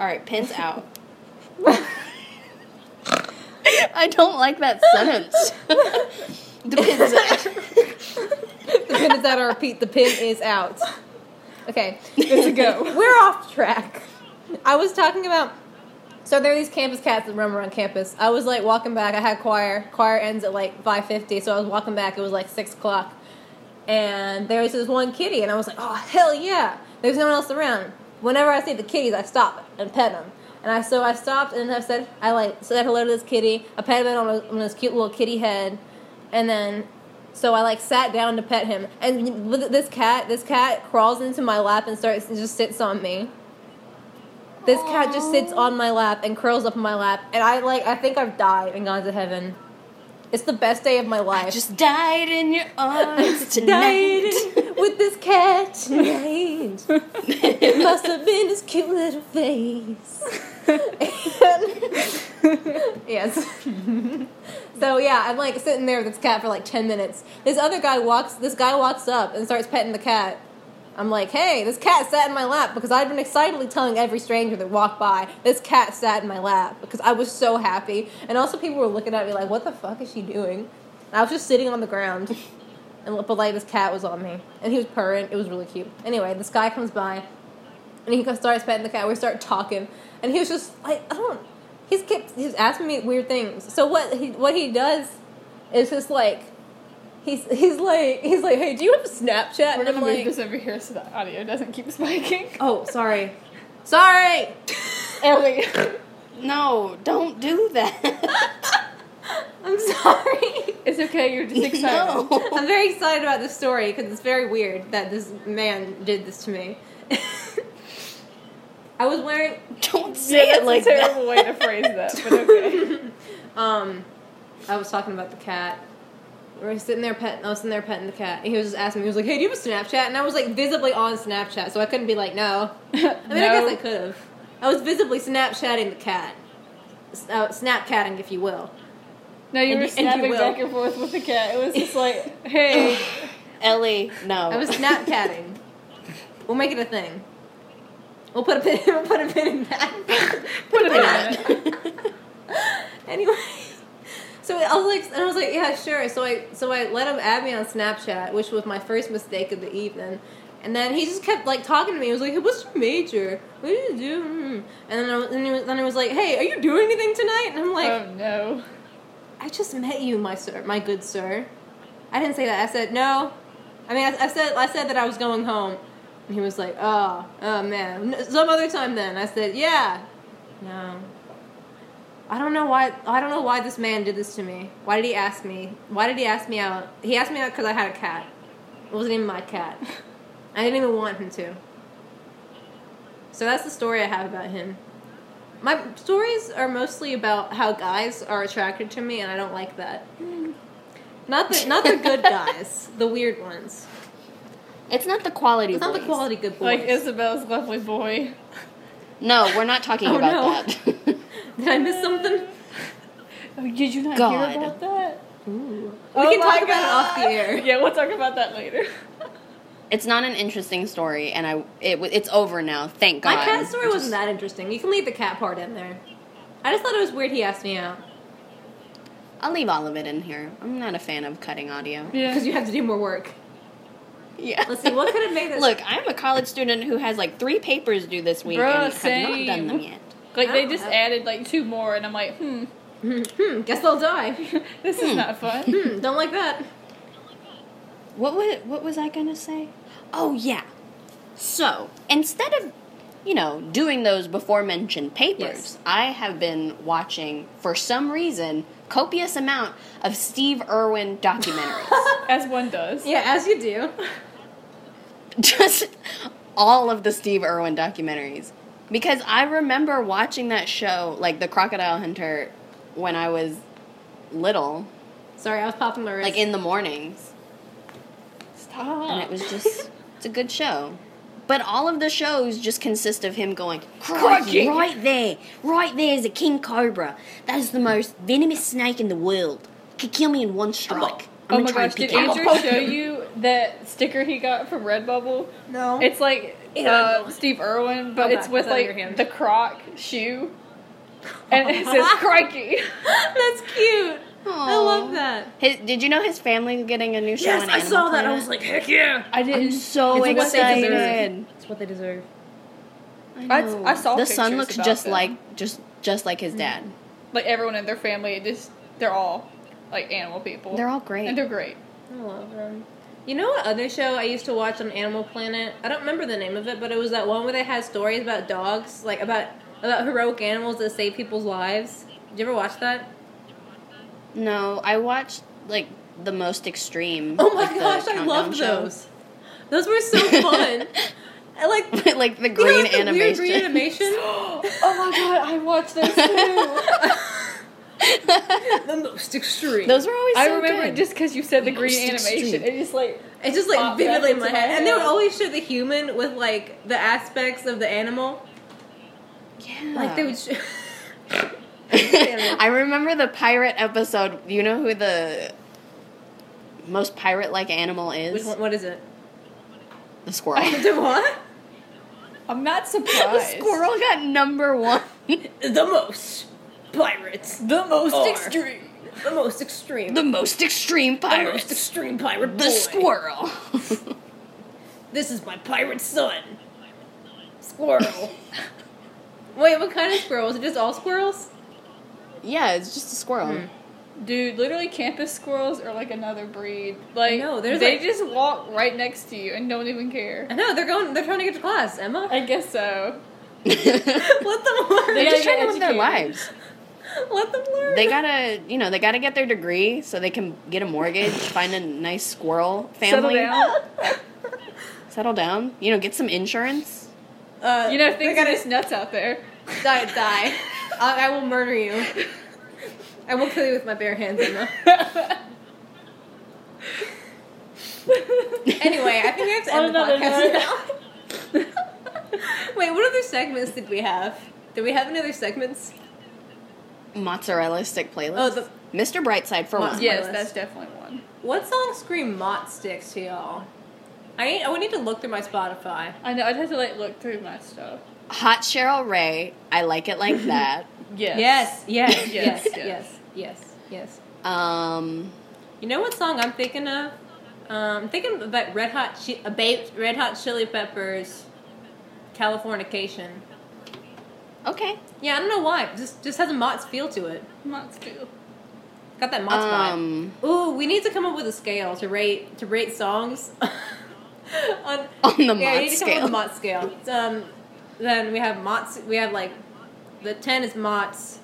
Speaker 2: All right,
Speaker 3: *laughs*
Speaker 2: pins out. I don't like that sentence. *laughs* the pins out.
Speaker 3: *laughs* The pin is out. I repeat, the pin is out. Okay,
Speaker 1: Good to go.
Speaker 3: *laughs* we're off track. I was talking about. So there are these campus cats that roam around campus. I was like walking back. I had choir. Choir ends at like five fifty, so I was walking back. It was like six o'clock, and there was this one kitty, and I was like, "Oh hell yeah!" There's no one else around. Whenever I see the kitties, I stop and pet them. And I so I stopped and I said I like said hello to this kitty. I patted it on his, on his cute little kitty head, and then So I like sat down to pet him, and look at this cat. This cat crawls into my lap and starts and just sits on me. This cat just sits on my lap and curls up in my lap, and I like I think I've died and gone to heaven. It's the best day of my life.
Speaker 2: *laughs* Just died in your arms *laughs* tonight.
Speaker 3: *laughs* Died with this cat tonight. it must have been his cute little face. And- *laughs* yes. so yeah, I'm like sitting there with this cat for like ten minutes. This other guy walks. This guy walks up and starts petting the cat. I'm like, hey, this cat sat in my lap because I'd been excitedly telling every stranger that walked by, this cat sat in my lap because I was so happy. And also, people were looking at me like, what the fuck is she doing? And I was just sitting on the ground. And, but like, this cat was on me. And he was purring. It was really cute. Anyway, this guy comes by and he starts petting the cat. We start talking. And he was just like, I don't. He's kept. He's asking me weird things. So what he, what he does is just like. He's, he's like he's like hey do you have a Snapchat
Speaker 1: We're
Speaker 3: and
Speaker 1: gonna
Speaker 3: I'm
Speaker 1: move
Speaker 3: like
Speaker 1: this over here so the audio doesn't keep
Speaker 3: *laughs*
Speaker 1: spiking.
Speaker 3: Oh, sorry. Sorry! And we-
Speaker 2: *laughs* No, don't do *laughs* that.
Speaker 3: I'm sorry.
Speaker 1: *laughs* It's okay.
Speaker 3: *laughs*
Speaker 1: You're just excited.
Speaker 2: No.
Speaker 3: I'm very excited about this story because it's very weird that this man did this to me. I was wearing,
Speaker 2: Don't say
Speaker 1: Yeah, that's
Speaker 2: it like
Speaker 1: a terrible
Speaker 2: that.
Speaker 1: way to phrase that, but okay.
Speaker 3: um, I was talking about the cat. We were sitting there petting, I was sitting there petting the cat. And he was just asking me, he was like, hey, do you have a Snapchat? And I was like visibly on Snapchat, so I couldn't be like, no. *laughs* I mean, I guess I could have. I was visibly Snapchatting the cat. S- Uh, Snapcatting, if you will.
Speaker 1: No, you
Speaker 3: And
Speaker 1: were
Speaker 3: you- and you
Speaker 1: snapping
Speaker 3: will.
Speaker 1: back and forth with the cat. It was just
Speaker 3: *laughs*
Speaker 1: like, hey,
Speaker 2: Ellie, no.
Speaker 3: I was snapcatting. we'll make it a thing. We'll put a pin. *laughs* We'll put a pin in that.
Speaker 1: put a pin in it.
Speaker 3: *laughs*
Speaker 2: But-
Speaker 3: anyway, so I was like, and I was like, yeah, sure. So I, so I let him add me on Snapchat, which was my first mistake of the evening. And then he just kept like talking to me. He was like, hey, "What's your major? What do you do?" Mm. And then, I, was- and he was, then I was like, "Hey, are you doing anything tonight?" And I'm like,
Speaker 1: Oh no.
Speaker 3: I just met you, my sir, my good sir. I didn't say that. I said no. I mean, I, I said I said that I was going home, and he was like, "Oh, oh man, N- some other time then." I said, "Yeah, no." I don't know why. I don't know why this man did this to me. Why did he ask me? Why did he ask me out? He asked me out because I had a cat. It wasn't even my cat. I didn't even want him to. So that's the story I have about him. My stories are mostly about how guys are attracted to me, and I don't like that. Not the not the
Speaker 2: *laughs*
Speaker 3: good guys, the weird ones.
Speaker 2: it's not the quality.
Speaker 3: It's not the
Speaker 2: boys.
Speaker 3: quality good
Speaker 1: Like
Speaker 3: boys.
Speaker 1: Isabel's lovely boy.
Speaker 2: No, we're not talking
Speaker 3: *laughs* Oh,
Speaker 2: about that. *laughs*
Speaker 3: Did I miss something?
Speaker 1: Oh, did you not
Speaker 2: God.
Speaker 1: hear about that?
Speaker 3: we
Speaker 1: *laughs* Oh
Speaker 3: can
Speaker 1: my
Speaker 3: talk about it off the
Speaker 1: God.
Speaker 3: air.
Speaker 1: *laughs* Yeah, we'll talk about that
Speaker 3: *laughs*
Speaker 1: later.
Speaker 2: it's not an interesting story, and I it w- it's over now. Thank God.
Speaker 3: My cat story wasn't that interesting. You can leave the cat part in there. I just thought it was weird he asked me out
Speaker 2: I'll leave all of it in here. I'm not a fan of cutting audio.
Speaker 1: Yeah.
Speaker 3: because you have to do more work. *laughs*
Speaker 2: Yeah.
Speaker 3: Let's see what could
Speaker 2: *laughs*
Speaker 3: have made this.
Speaker 2: Look, I'm a college student who has like three papers due this week,
Speaker 1: Bruh,
Speaker 2: and have
Speaker 1: same.
Speaker 2: not done them yet.
Speaker 1: Like they
Speaker 3: Oh,
Speaker 1: just
Speaker 3: that-
Speaker 1: added like two more, and I'm like, hmm, *laughs*
Speaker 3: Hmm, guess they'll die.
Speaker 1: this is not
Speaker 2: *laughs*
Speaker 1: fun.
Speaker 3: Hmm, don't like that.
Speaker 2: What was what was I gonna say? Oh yeah. So instead of you know doing those before mentioned papers,
Speaker 3: Yes.
Speaker 2: I have been watching for some reason copious amount of Steve Irwin documentaries.
Speaker 1: As one does.
Speaker 3: Yeah, as you do.
Speaker 2: Just all of the Steve Irwin documentaries because I remember watching that show like The Crocodile Hunter when I was little,
Speaker 3: Sorry, I was popping my wrist.
Speaker 2: like in the mornings.
Speaker 1: Stop.
Speaker 2: and it was just it's a good show but all of the shows just consist of him going Crikey,
Speaker 1: Crikey.
Speaker 2: right there right there is a king cobra that is the most venomous snake in the world could kill me in one strike
Speaker 1: Oh
Speaker 2: i'm
Speaker 1: my
Speaker 2: gonna
Speaker 1: gosh,
Speaker 2: try and
Speaker 1: did
Speaker 2: pick it
Speaker 1: Andrew
Speaker 2: up *laughs*
Speaker 1: show you that sticker he got from Redbubble?
Speaker 3: no.
Speaker 1: It's like
Speaker 3: Ew.
Speaker 1: uh, Steve Irwin, but
Speaker 3: Okay,
Speaker 1: it's with
Speaker 3: it's out of your
Speaker 1: like
Speaker 3: hand.
Speaker 1: the croc shoe. And it *laughs* says crikey.
Speaker 3: *laughs* That's cute. I love
Speaker 2: Aw.
Speaker 3: that.
Speaker 2: his, did you know his family's getting a new show on Animal Planet?
Speaker 3: like, heck yeah.
Speaker 1: I didn't
Speaker 2: i'm so
Speaker 1: It's what they deserve.
Speaker 2: excited
Speaker 3: That's what they deserve.
Speaker 1: I-
Speaker 2: know.
Speaker 1: I saw
Speaker 2: the son
Speaker 1: pictures
Speaker 2: looks
Speaker 1: about Mm.
Speaker 2: just
Speaker 1: them.
Speaker 2: like just just like his dad
Speaker 1: like everyone in their family. It just they're all like animal people.
Speaker 2: They're all great.
Speaker 1: and they're great.
Speaker 3: I love them. You know what other show I used to watch on Animal Planet? I don't remember the name of it, but it was that one where they had stories about dogs, like about about heroic animals that save people's lives. Did you ever watch that?
Speaker 2: no i watched like the most extreme.
Speaker 3: Oh my
Speaker 2: like, the
Speaker 3: gosh, I
Speaker 2: countdown
Speaker 3: loved
Speaker 2: show.
Speaker 3: those. Those were *laughs* so fun. I like *laughs* you
Speaker 2: *laughs* like the
Speaker 3: know,
Speaker 2: green
Speaker 3: like the
Speaker 2: animation. *laughs*
Speaker 3: weird green animation. *gasps*
Speaker 1: Oh my god, *laughs* I watched those too.
Speaker 3: the most extreme.
Speaker 2: those were always.
Speaker 1: I
Speaker 2: so
Speaker 1: remember
Speaker 2: good.
Speaker 1: just because you said the green
Speaker 2: Most
Speaker 1: animation.
Speaker 2: extreme.
Speaker 1: It just like
Speaker 3: it's just like
Speaker 1: popped back
Speaker 3: vividly in my
Speaker 1: into
Speaker 3: head.
Speaker 1: my
Speaker 3: And they would
Speaker 1: head.
Speaker 3: always show the human with like the aspects of the animal.
Speaker 2: yeah.
Speaker 3: Like they would. Show-
Speaker 2: *laughs* I remember the pirate episode. You know who the most pirate-like animal is?
Speaker 3: *laughs* Which one, what is it?
Speaker 2: The squirrel.
Speaker 3: *laughs* The what?
Speaker 1: I'm *laughs* not
Speaker 2: the
Speaker 1: surprised.
Speaker 2: squirrel got number one. *laughs*
Speaker 3: The most pirates.
Speaker 1: The most
Speaker 3: Or-
Speaker 1: extreme.
Speaker 3: The most extreme.
Speaker 2: the most extreme
Speaker 3: The most
Speaker 2: pirate.
Speaker 3: extreme pirate boy.
Speaker 2: The squirrel. *laughs*
Speaker 3: This is my pirate son. Squirrel. *laughs* Wait, what kind of squirrel? Is it just all squirrels?
Speaker 2: yeah, it's just a squirrel.
Speaker 3: Hmm.
Speaker 2: *laughs*
Speaker 1: Dude, literally, campus squirrels are like another breed. Like,
Speaker 3: know, they're
Speaker 1: they they
Speaker 3: like-
Speaker 1: just walk right next to you and don't even care.
Speaker 3: I know they're going. They're trying to get to class, Emma.
Speaker 1: I guess so.
Speaker 3: *laughs* Let them
Speaker 2: They're
Speaker 3: learn.
Speaker 1: They gotta
Speaker 2: just trying to
Speaker 1: get
Speaker 2: live their
Speaker 1: educated.
Speaker 2: lives.
Speaker 3: *laughs* Let them learn.
Speaker 2: They gotta, you know, they gotta get their degree so they can get a mortgage, find a nice squirrel family,
Speaker 1: Settle down.
Speaker 2: settle down, you know, get some insurance.
Speaker 3: Uh,
Speaker 1: You know,
Speaker 3: they
Speaker 1: things are just nuts out *laughs* there.
Speaker 3: *laughs* die. Die. I, I will murder you. I will kill you with my bare hands, Emma. *laughs* Anyway, I think we have to
Speaker 1: On
Speaker 3: end the
Speaker 1: another
Speaker 3: podcast
Speaker 1: note.
Speaker 3: now. *laughs* Wait, what other segments did we have? Did we have any other segments?
Speaker 2: Mozzarella stick playlist.
Speaker 3: Oh, the-
Speaker 2: Mr. Brightside for
Speaker 3: Mozz-
Speaker 2: one.
Speaker 1: yes,
Speaker 3: list.
Speaker 1: that's definitely one.
Speaker 3: What song scream mott sticks to y'all? I need, I would need to look through my Spotify.
Speaker 1: I know. I'd have to like look through my stuff.
Speaker 2: Hot Cheryl Ray. I like
Speaker 1: *laughs*
Speaker 2: it like that.
Speaker 1: Yes.
Speaker 3: yes,
Speaker 1: Yes,
Speaker 3: yes,
Speaker 1: yes.
Speaker 3: yes, yes, yes.
Speaker 2: um,
Speaker 3: You know what song I'm thinking of? Um, I'm thinking about Red Hot, Chi- about Red Hot Chili Peppers, Californication.
Speaker 2: okay.
Speaker 3: Yeah, I don't know why. Just just has a Mott's feel to it.
Speaker 1: Mott's cool.
Speaker 3: Got that Mott's
Speaker 2: Um.
Speaker 3: vibe. Ooh, we need to come up with a scale to rate to rate songs *laughs* on
Speaker 2: On the
Speaker 3: yeah,
Speaker 2: Mott
Speaker 3: we need to come up with
Speaker 2: scale.
Speaker 3: a Mott scale. Um, then we have Mott's. We have like the ten is Mott's.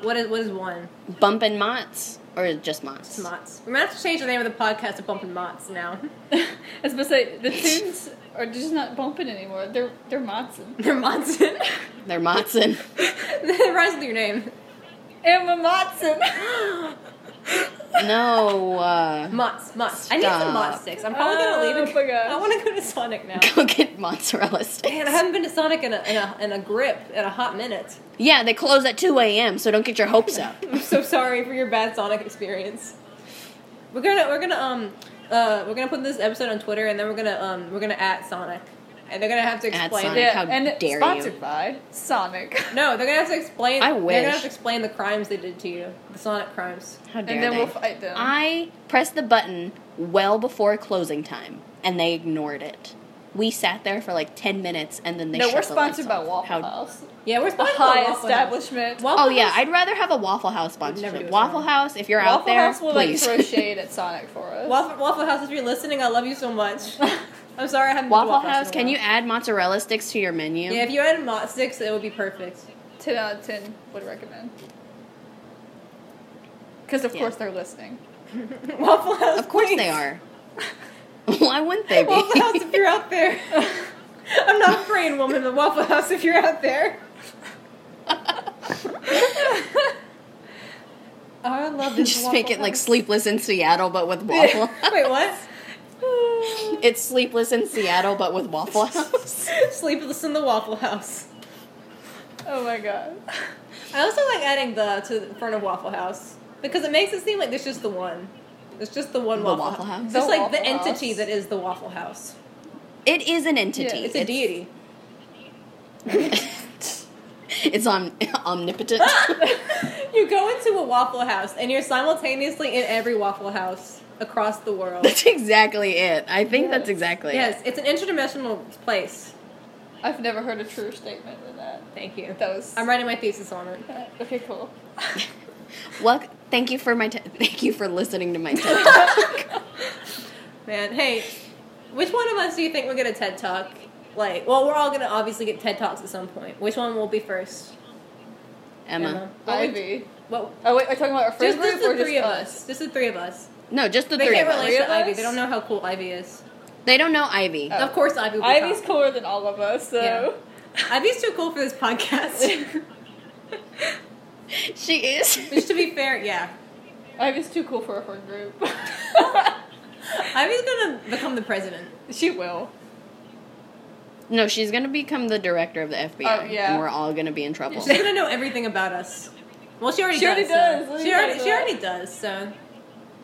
Speaker 3: What is what is one?
Speaker 2: Bumpin' Mott's or just Mott's?
Speaker 3: It's Mott's. We might have to change the name of the podcast to Bumpin' Mott's now.
Speaker 1: *laughs*
Speaker 3: *laughs*
Speaker 1: I was supposed to say the tunes are just not bumping anymore. They're they're Mottson.
Speaker 3: They're Mottson.
Speaker 1: *laughs*
Speaker 2: They're Mottson.
Speaker 3: *laughs* it rhymes with your name.
Speaker 1: Emma Mottson.
Speaker 2: no. Uh, *laughs*
Speaker 3: Mott's. Mott's. I need some Mott
Speaker 2: Stop.
Speaker 3: sticks. I'm probably gonna leave.
Speaker 1: Oh
Speaker 3: and-
Speaker 1: my gosh.
Speaker 3: I want to go to Sonic now.
Speaker 2: go get mozzarella sticks.
Speaker 3: Man, I haven't been to Sonic in a, in a, in a grip in a hot minute.
Speaker 2: Yeah, they close at 2 a.m., so don't get your hopes up.
Speaker 3: I'm so sorry for your bad Sonic experience. We're gonna we're gonna um uh we're gonna put this episode on Twitter and then we're gonna um we're gonna at Sonic and they're gonna have to
Speaker 2: At
Speaker 3: explain.
Speaker 2: Sonic.
Speaker 1: Yeah,
Speaker 2: How
Speaker 1: and
Speaker 2: dare you.
Speaker 1: sponsored by Sonic. *laughs*
Speaker 3: No, they're gonna have to explain.
Speaker 2: I
Speaker 3: They're
Speaker 2: wish.
Speaker 3: gonna have to explain the crimes they did to you, the Sonic crimes.
Speaker 2: How dare
Speaker 1: and then
Speaker 2: they.
Speaker 1: we'll fight them.
Speaker 2: I pressed the button well before closing time, and they ignored it. We sat there for like 10 minutes, and then they
Speaker 1: no,
Speaker 2: shut
Speaker 1: we're
Speaker 2: the lights
Speaker 1: sponsored by
Speaker 2: off.
Speaker 1: Waffle
Speaker 2: How-
Speaker 1: House.
Speaker 3: Yeah, we're
Speaker 1: A
Speaker 3: supposed
Speaker 1: high
Speaker 3: to
Speaker 1: establishment.
Speaker 2: Oh, yeah, I'd rather have a Waffle House
Speaker 3: never do
Speaker 2: sponsorship.
Speaker 3: a
Speaker 2: Waffle
Speaker 3: song.
Speaker 2: House, if you're out
Speaker 1: Waffle
Speaker 2: there,
Speaker 1: House will
Speaker 2: please. *laughs*
Speaker 1: like throw shade at Sonic for us.
Speaker 3: Waffle, Waffle House, if you're listening, I love you
Speaker 2: *laughs*
Speaker 3: so much. I'm sorry I haven't. been to
Speaker 2: Waffle
Speaker 3: in a
Speaker 2: House, can
Speaker 3: while.
Speaker 2: you add mozzarella sticks to your menu?
Speaker 3: Yeah, if you had Mott sticks, it would be perfect. *laughs*
Speaker 1: ten out of ten would recommend. Because of
Speaker 2: Yeah.
Speaker 1: course they're listening.
Speaker 3: Waffle House.
Speaker 2: of course they
Speaker 3: please.
Speaker 2: are. *laughs* Why wouldn't they be? *laughs*
Speaker 3: Waffle House, if you're out there. *laughs* I'm not a praying woman, but Waffle House, if you're out there. *laughs* I love this.
Speaker 2: Just
Speaker 3: Waffle
Speaker 2: make it like
Speaker 3: House.
Speaker 2: Sleepless in Seattle, but with *laughs*
Speaker 3: *laughs*
Speaker 2: Waffle
Speaker 3: Wait, what?
Speaker 2: It's Sleepless in Seattle, but with
Speaker 3: *laughs*
Speaker 2: Waffle House.
Speaker 3: Sleepless in the Waffle House.
Speaker 1: Oh my god.
Speaker 3: I also like adding the to the front of Waffle House because it makes it seem like there's just the one. There's just the one
Speaker 2: The
Speaker 3: Waffle,
Speaker 2: Waffle House?
Speaker 3: It's Just
Speaker 1: The
Speaker 3: like the
Speaker 1: Waffle House.
Speaker 3: entity that is the Waffle House.
Speaker 2: It is an entity.
Speaker 1: Yeah,
Speaker 3: It's a deity.
Speaker 2: *laughs* It's om- *laughs* omnipotent.
Speaker 3: Ah! *laughs* You go into a Waffle House and you're simultaneously in every Waffle House across the
Speaker 2: *laughs*
Speaker 3: world.
Speaker 2: that's exactly it. I think that's
Speaker 1: Yes.
Speaker 2: exactly it.
Speaker 3: Yes, it's an interdimensional place.
Speaker 1: I've never heard a true statement than that.
Speaker 3: Thank you.
Speaker 1: That was
Speaker 3: I'm writing my thesis on it.
Speaker 1: Okay, cool.
Speaker 2: Well, thank you for my te- *laughs* thank you for listening to
Speaker 3: *laughs*
Speaker 2: my TED Talk.
Speaker 3: Man, hey, which one of us do you think will get a TED Talk? Like, well, we're all gonna obviously get TED Talks at some point. Which one will be first?
Speaker 2: Emma.
Speaker 3: What would-
Speaker 1: Ivy.
Speaker 3: What?
Speaker 1: Oh wait, are you talking about our friend
Speaker 3: Just,
Speaker 1: group
Speaker 3: just the
Speaker 1: or
Speaker 3: three
Speaker 1: just
Speaker 3: of us. Just the three of us.
Speaker 2: No, just the
Speaker 3: They
Speaker 2: three
Speaker 3: can't
Speaker 2: of us.
Speaker 3: relate
Speaker 1: Three
Speaker 3: to
Speaker 1: of
Speaker 3: Ivy.
Speaker 1: us?
Speaker 3: They don't know how cool Ivy is.
Speaker 2: They don't know Ivy.
Speaker 1: Oh.
Speaker 3: Of course, Ivy. Will be
Speaker 1: Ivy's
Speaker 3: cool.
Speaker 1: cooler than all of us, so.
Speaker 3: Ivy's too cool for this podcast.
Speaker 1: *laughs*
Speaker 2: She is.
Speaker 3: Which, to be fair, yeah,
Speaker 1: Ivy's too cool for her
Speaker 2: *laughs*
Speaker 1: group.
Speaker 3: Ivy's gonna become the president.
Speaker 1: she will.
Speaker 2: no, she's gonna become the director of the FBI,
Speaker 1: Oh, yeah.
Speaker 2: and we're all gonna be in
Speaker 3: *laughs*
Speaker 2: trouble.
Speaker 3: She's gonna know everything about us. Well, she already
Speaker 1: She
Speaker 3: does.
Speaker 1: already
Speaker 3: so-
Speaker 1: does.
Speaker 3: She already
Speaker 1: She
Speaker 3: she
Speaker 1: does.
Speaker 3: already does. So,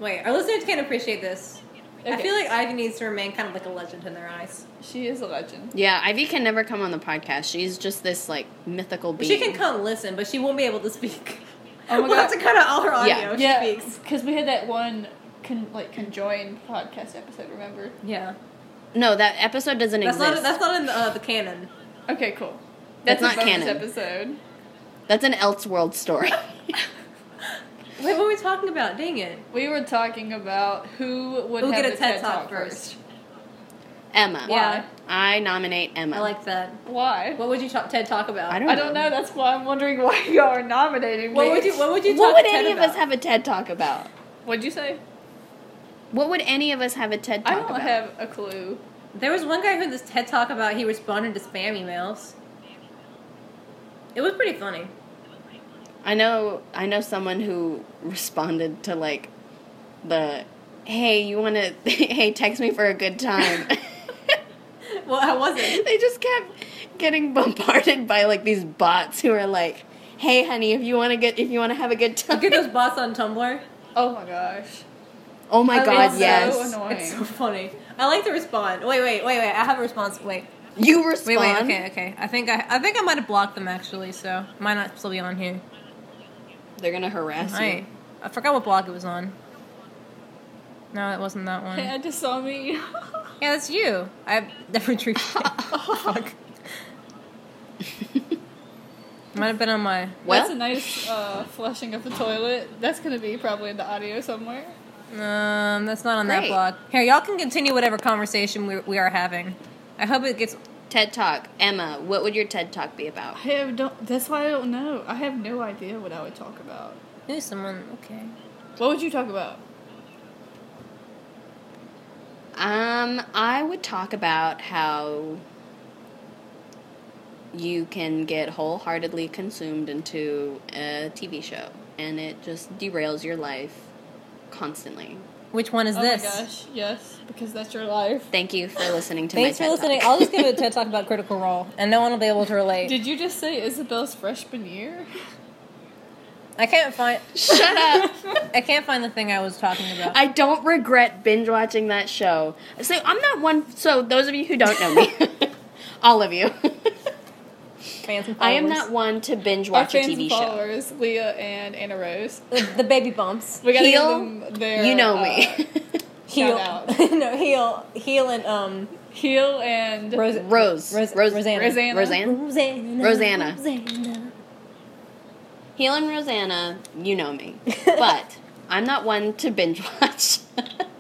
Speaker 3: wait, our listeners can't appreciate this. I
Speaker 1: Okay.
Speaker 3: feel like Ivy needs to remain kind of like a legend in their eyes.
Speaker 1: She is a legend.
Speaker 2: yeah, Ivy can never come on the podcast. She's just this like mythical being.
Speaker 3: She can come listen, but she won't be able to speak.
Speaker 1: Oh my
Speaker 3: we'll
Speaker 1: God.
Speaker 3: have to cut out all her audio.
Speaker 2: Yeah.
Speaker 3: if Oh, She
Speaker 1: Yeah,
Speaker 3: speaks.
Speaker 1: because we had that one con- like conjoined podcast episode. Remember?
Speaker 3: Yeah.
Speaker 2: No, that episode doesn't
Speaker 3: That's
Speaker 2: exist.
Speaker 3: not that's not in the, uh, the canon.
Speaker 1: Okay, cool.
Speaker 2: That's
Speaker 1: a
Speaker 2: not
Speaker 1: bonus
Speaker 2: canon.
Speaker 1: Episode.
Speaker 2: That's an Elseworld
Speaker 3: *laughs*
Speaker 2: story.
Speaker 3: Wait, what were we talking about? Dang it.
Speaker 1: We were talking about who would
Speaker 3: We'll
Speaker 1: have
Speaker 3: get a
Speaker 1: the
Speaker 3: TED Talk first.
Speaker 2: Emma.
Speaker 3: Yeah.
Speaker 2: I nominate Emma.
Speaker 3: I like that.
Speaker 1: Why?
Speaker 3: What would you talk, TED Talk about?
Speaker 2: I don't
Speaker 1: I don't know. That's why I'm wondering *laughs* why y'all are nominating me.
Speaker 3: What would you What would you talk
Speaker 2: What would
Speaker 3: TED
Speaker 2: any of
Speaker 3: about?
Speaker 2: us have a TED talk about?
Speaker 1: What'd you say?
Speaker 2: What would any of us have a TED talk
Speaker 1: I don't
Speaker 2: about?
Speaker 1: have a clue.
Speaker 3: There was one guy who had this TED talk about he responded to spam emails. It was pretty funny.
Speaker 2: I know I know someone who responded to like the hey, you want to *laughs* hey, text me for a good time.
Speaker 3: *laughs* Well, how was
Speaker 2: *laughs*
Speaker 3: it?
Speaker 2: they just kept getting *laughs* bombarded by like these bots who are like, "Hey honey, if you want to get if you want to have a good time."
Speaker 3: Look at those bots on Tumblr.
Speaker 1: Oh my gosh.
Speaker 2: *laughs* oh my
Speaker 1: I
Speaker 2: god,
Speaker 1: was so
Speaker 2: yes.
Speaker 1: annoyed.
Speaker 3: It's so funny. I like to respond. Wait, wait, wait, wait. I have a response. Wait,
Speaker 2: You respond.
Speaker 3: wait, wait. Okay, okay. I think I, I think I might have blocked them actually, so might not still be on here.
Speaker 2: They're going to harass
Speaker 3: I,
Speaker 2: you.
Speaker 3: I forgot what blog it was on. No, it wasn't that one.
Speaker 1: Hey,
Speaker 3: Yeah,
Speaker 1: I just saw me. *laughs*
Speaker 3: that's you. I've never *laughs* treated. Oh, Fuck. *laughs* Might have been on my.
Speaker 1: That's a nice uh, flushing of the toilet. That's gonna be probably in the audio somewhere.
Speaker 3: Um, that's not on that
Speaker 2: Great.
Speaker 3: blog. Here, y'all can continue whatever conversation we, we are having. I hope it gets.
Speaker 2: TED Talk. Emma, what would your TED Talk be about?
Speaker 1: I have don't. That's why I don't know. I have no idea what I would talk about.
Speaker 3: Ooh, someone. Okay.
Speaker 1: What would you talk about?
Speaker 2: Um, I would talk about how you can get wholeheartedly consumed into a TV show and it just derails your life constantly.
Speaker 3: Which one is
Speaker 1: oh
Speaker 3: this?
Speaker 1: my gosh, yes, because that's your life.
Speaker 2: Thank you for listening to
Speaker 3: Thanks
Speaker 2: my
Speaker 3: for
Speaker 2: TED
Speaker 3: listening.
Speaker 2: Talk. *laughs*
Speaker 3: I'll just give a TED talk about Critical Role, and no one will be able to relate.
Speaker 1: Did you just say Isabel's freshman
Speaker 2: *laughs*
Speaker 1: year?
Speaker 3: I can't find.
Speaker 2: Shut up.
Speaker 3: *laughs* I can't find the thing I was talking about.
Speaker 2: I don't regret binge watching that show. So I'm not one so those of you who don't know
Speaker 3: *laughs*
Speaker 2: me, *laughs* all of you.
Speaker 3: Fans and
Speaker 2: I am not
Speaker 3: followers.
Speaker 2: one to binge
Speaker 1: Our
Speaker 2: watch a
Speaker 1: fans
Speaker 2: TV
Speaker 1: and
Speaker 2: show.
Speaker 1: followers, Leah and Anna Rose.
Speaker 3: The, the baby bumps.
Speaker 1: We gotta
Speaker 2: Heel,
Speaker 1: give them their.
Speaker 2: you know
Speaker 1: uh, *laughs*
Speaker 2: *laughs* me.
Speaker 3: Heel.
Speaker 1: out.
Speaker 3: *laughs* no, heel. Heel and um.
Speaker 1: Heel and
Speaker 3: Rose.
Speaker 2: *laughs* Rose.
Speaker 3: Rose-
Speaker 2: Rose-
Speaker 3: Rosanna.
Speaker 1: Rosanna.
Speaker 2: Roseanne?
Speaker 3: Rosanna.
Speaker 2: Rosanna.
Speaker 3: Rosanna.
Speaker 2: Heel and Rosanna, you
Speaker 1: *laughs*
Speaker 2: know me. But I'm not one to binge watch.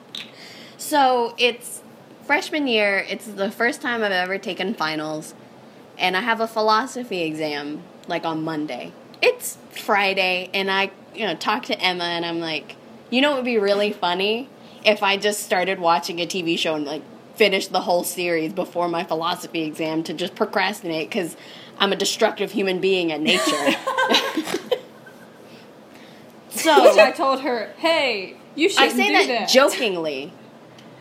Speaker 2: *laughs* so it's freshman year, it's the first time I've ever taken finals, and I have a philosophy exam like on Monday. It's Friday, and I, you know, talk to Emma, and I'm like, you know, it would be really funny if I just started watching a TV show and like finished the whole series before my philosophy exam to just procrastinate because I'm a destructive human being at nature. *laughs* so
Speaker 1: Which I told her, hey, you should
Speaker 2: I
Speaker 1: do
Speaker 2: say
Speaker 1: that.
Speaker 2: that, jokingly.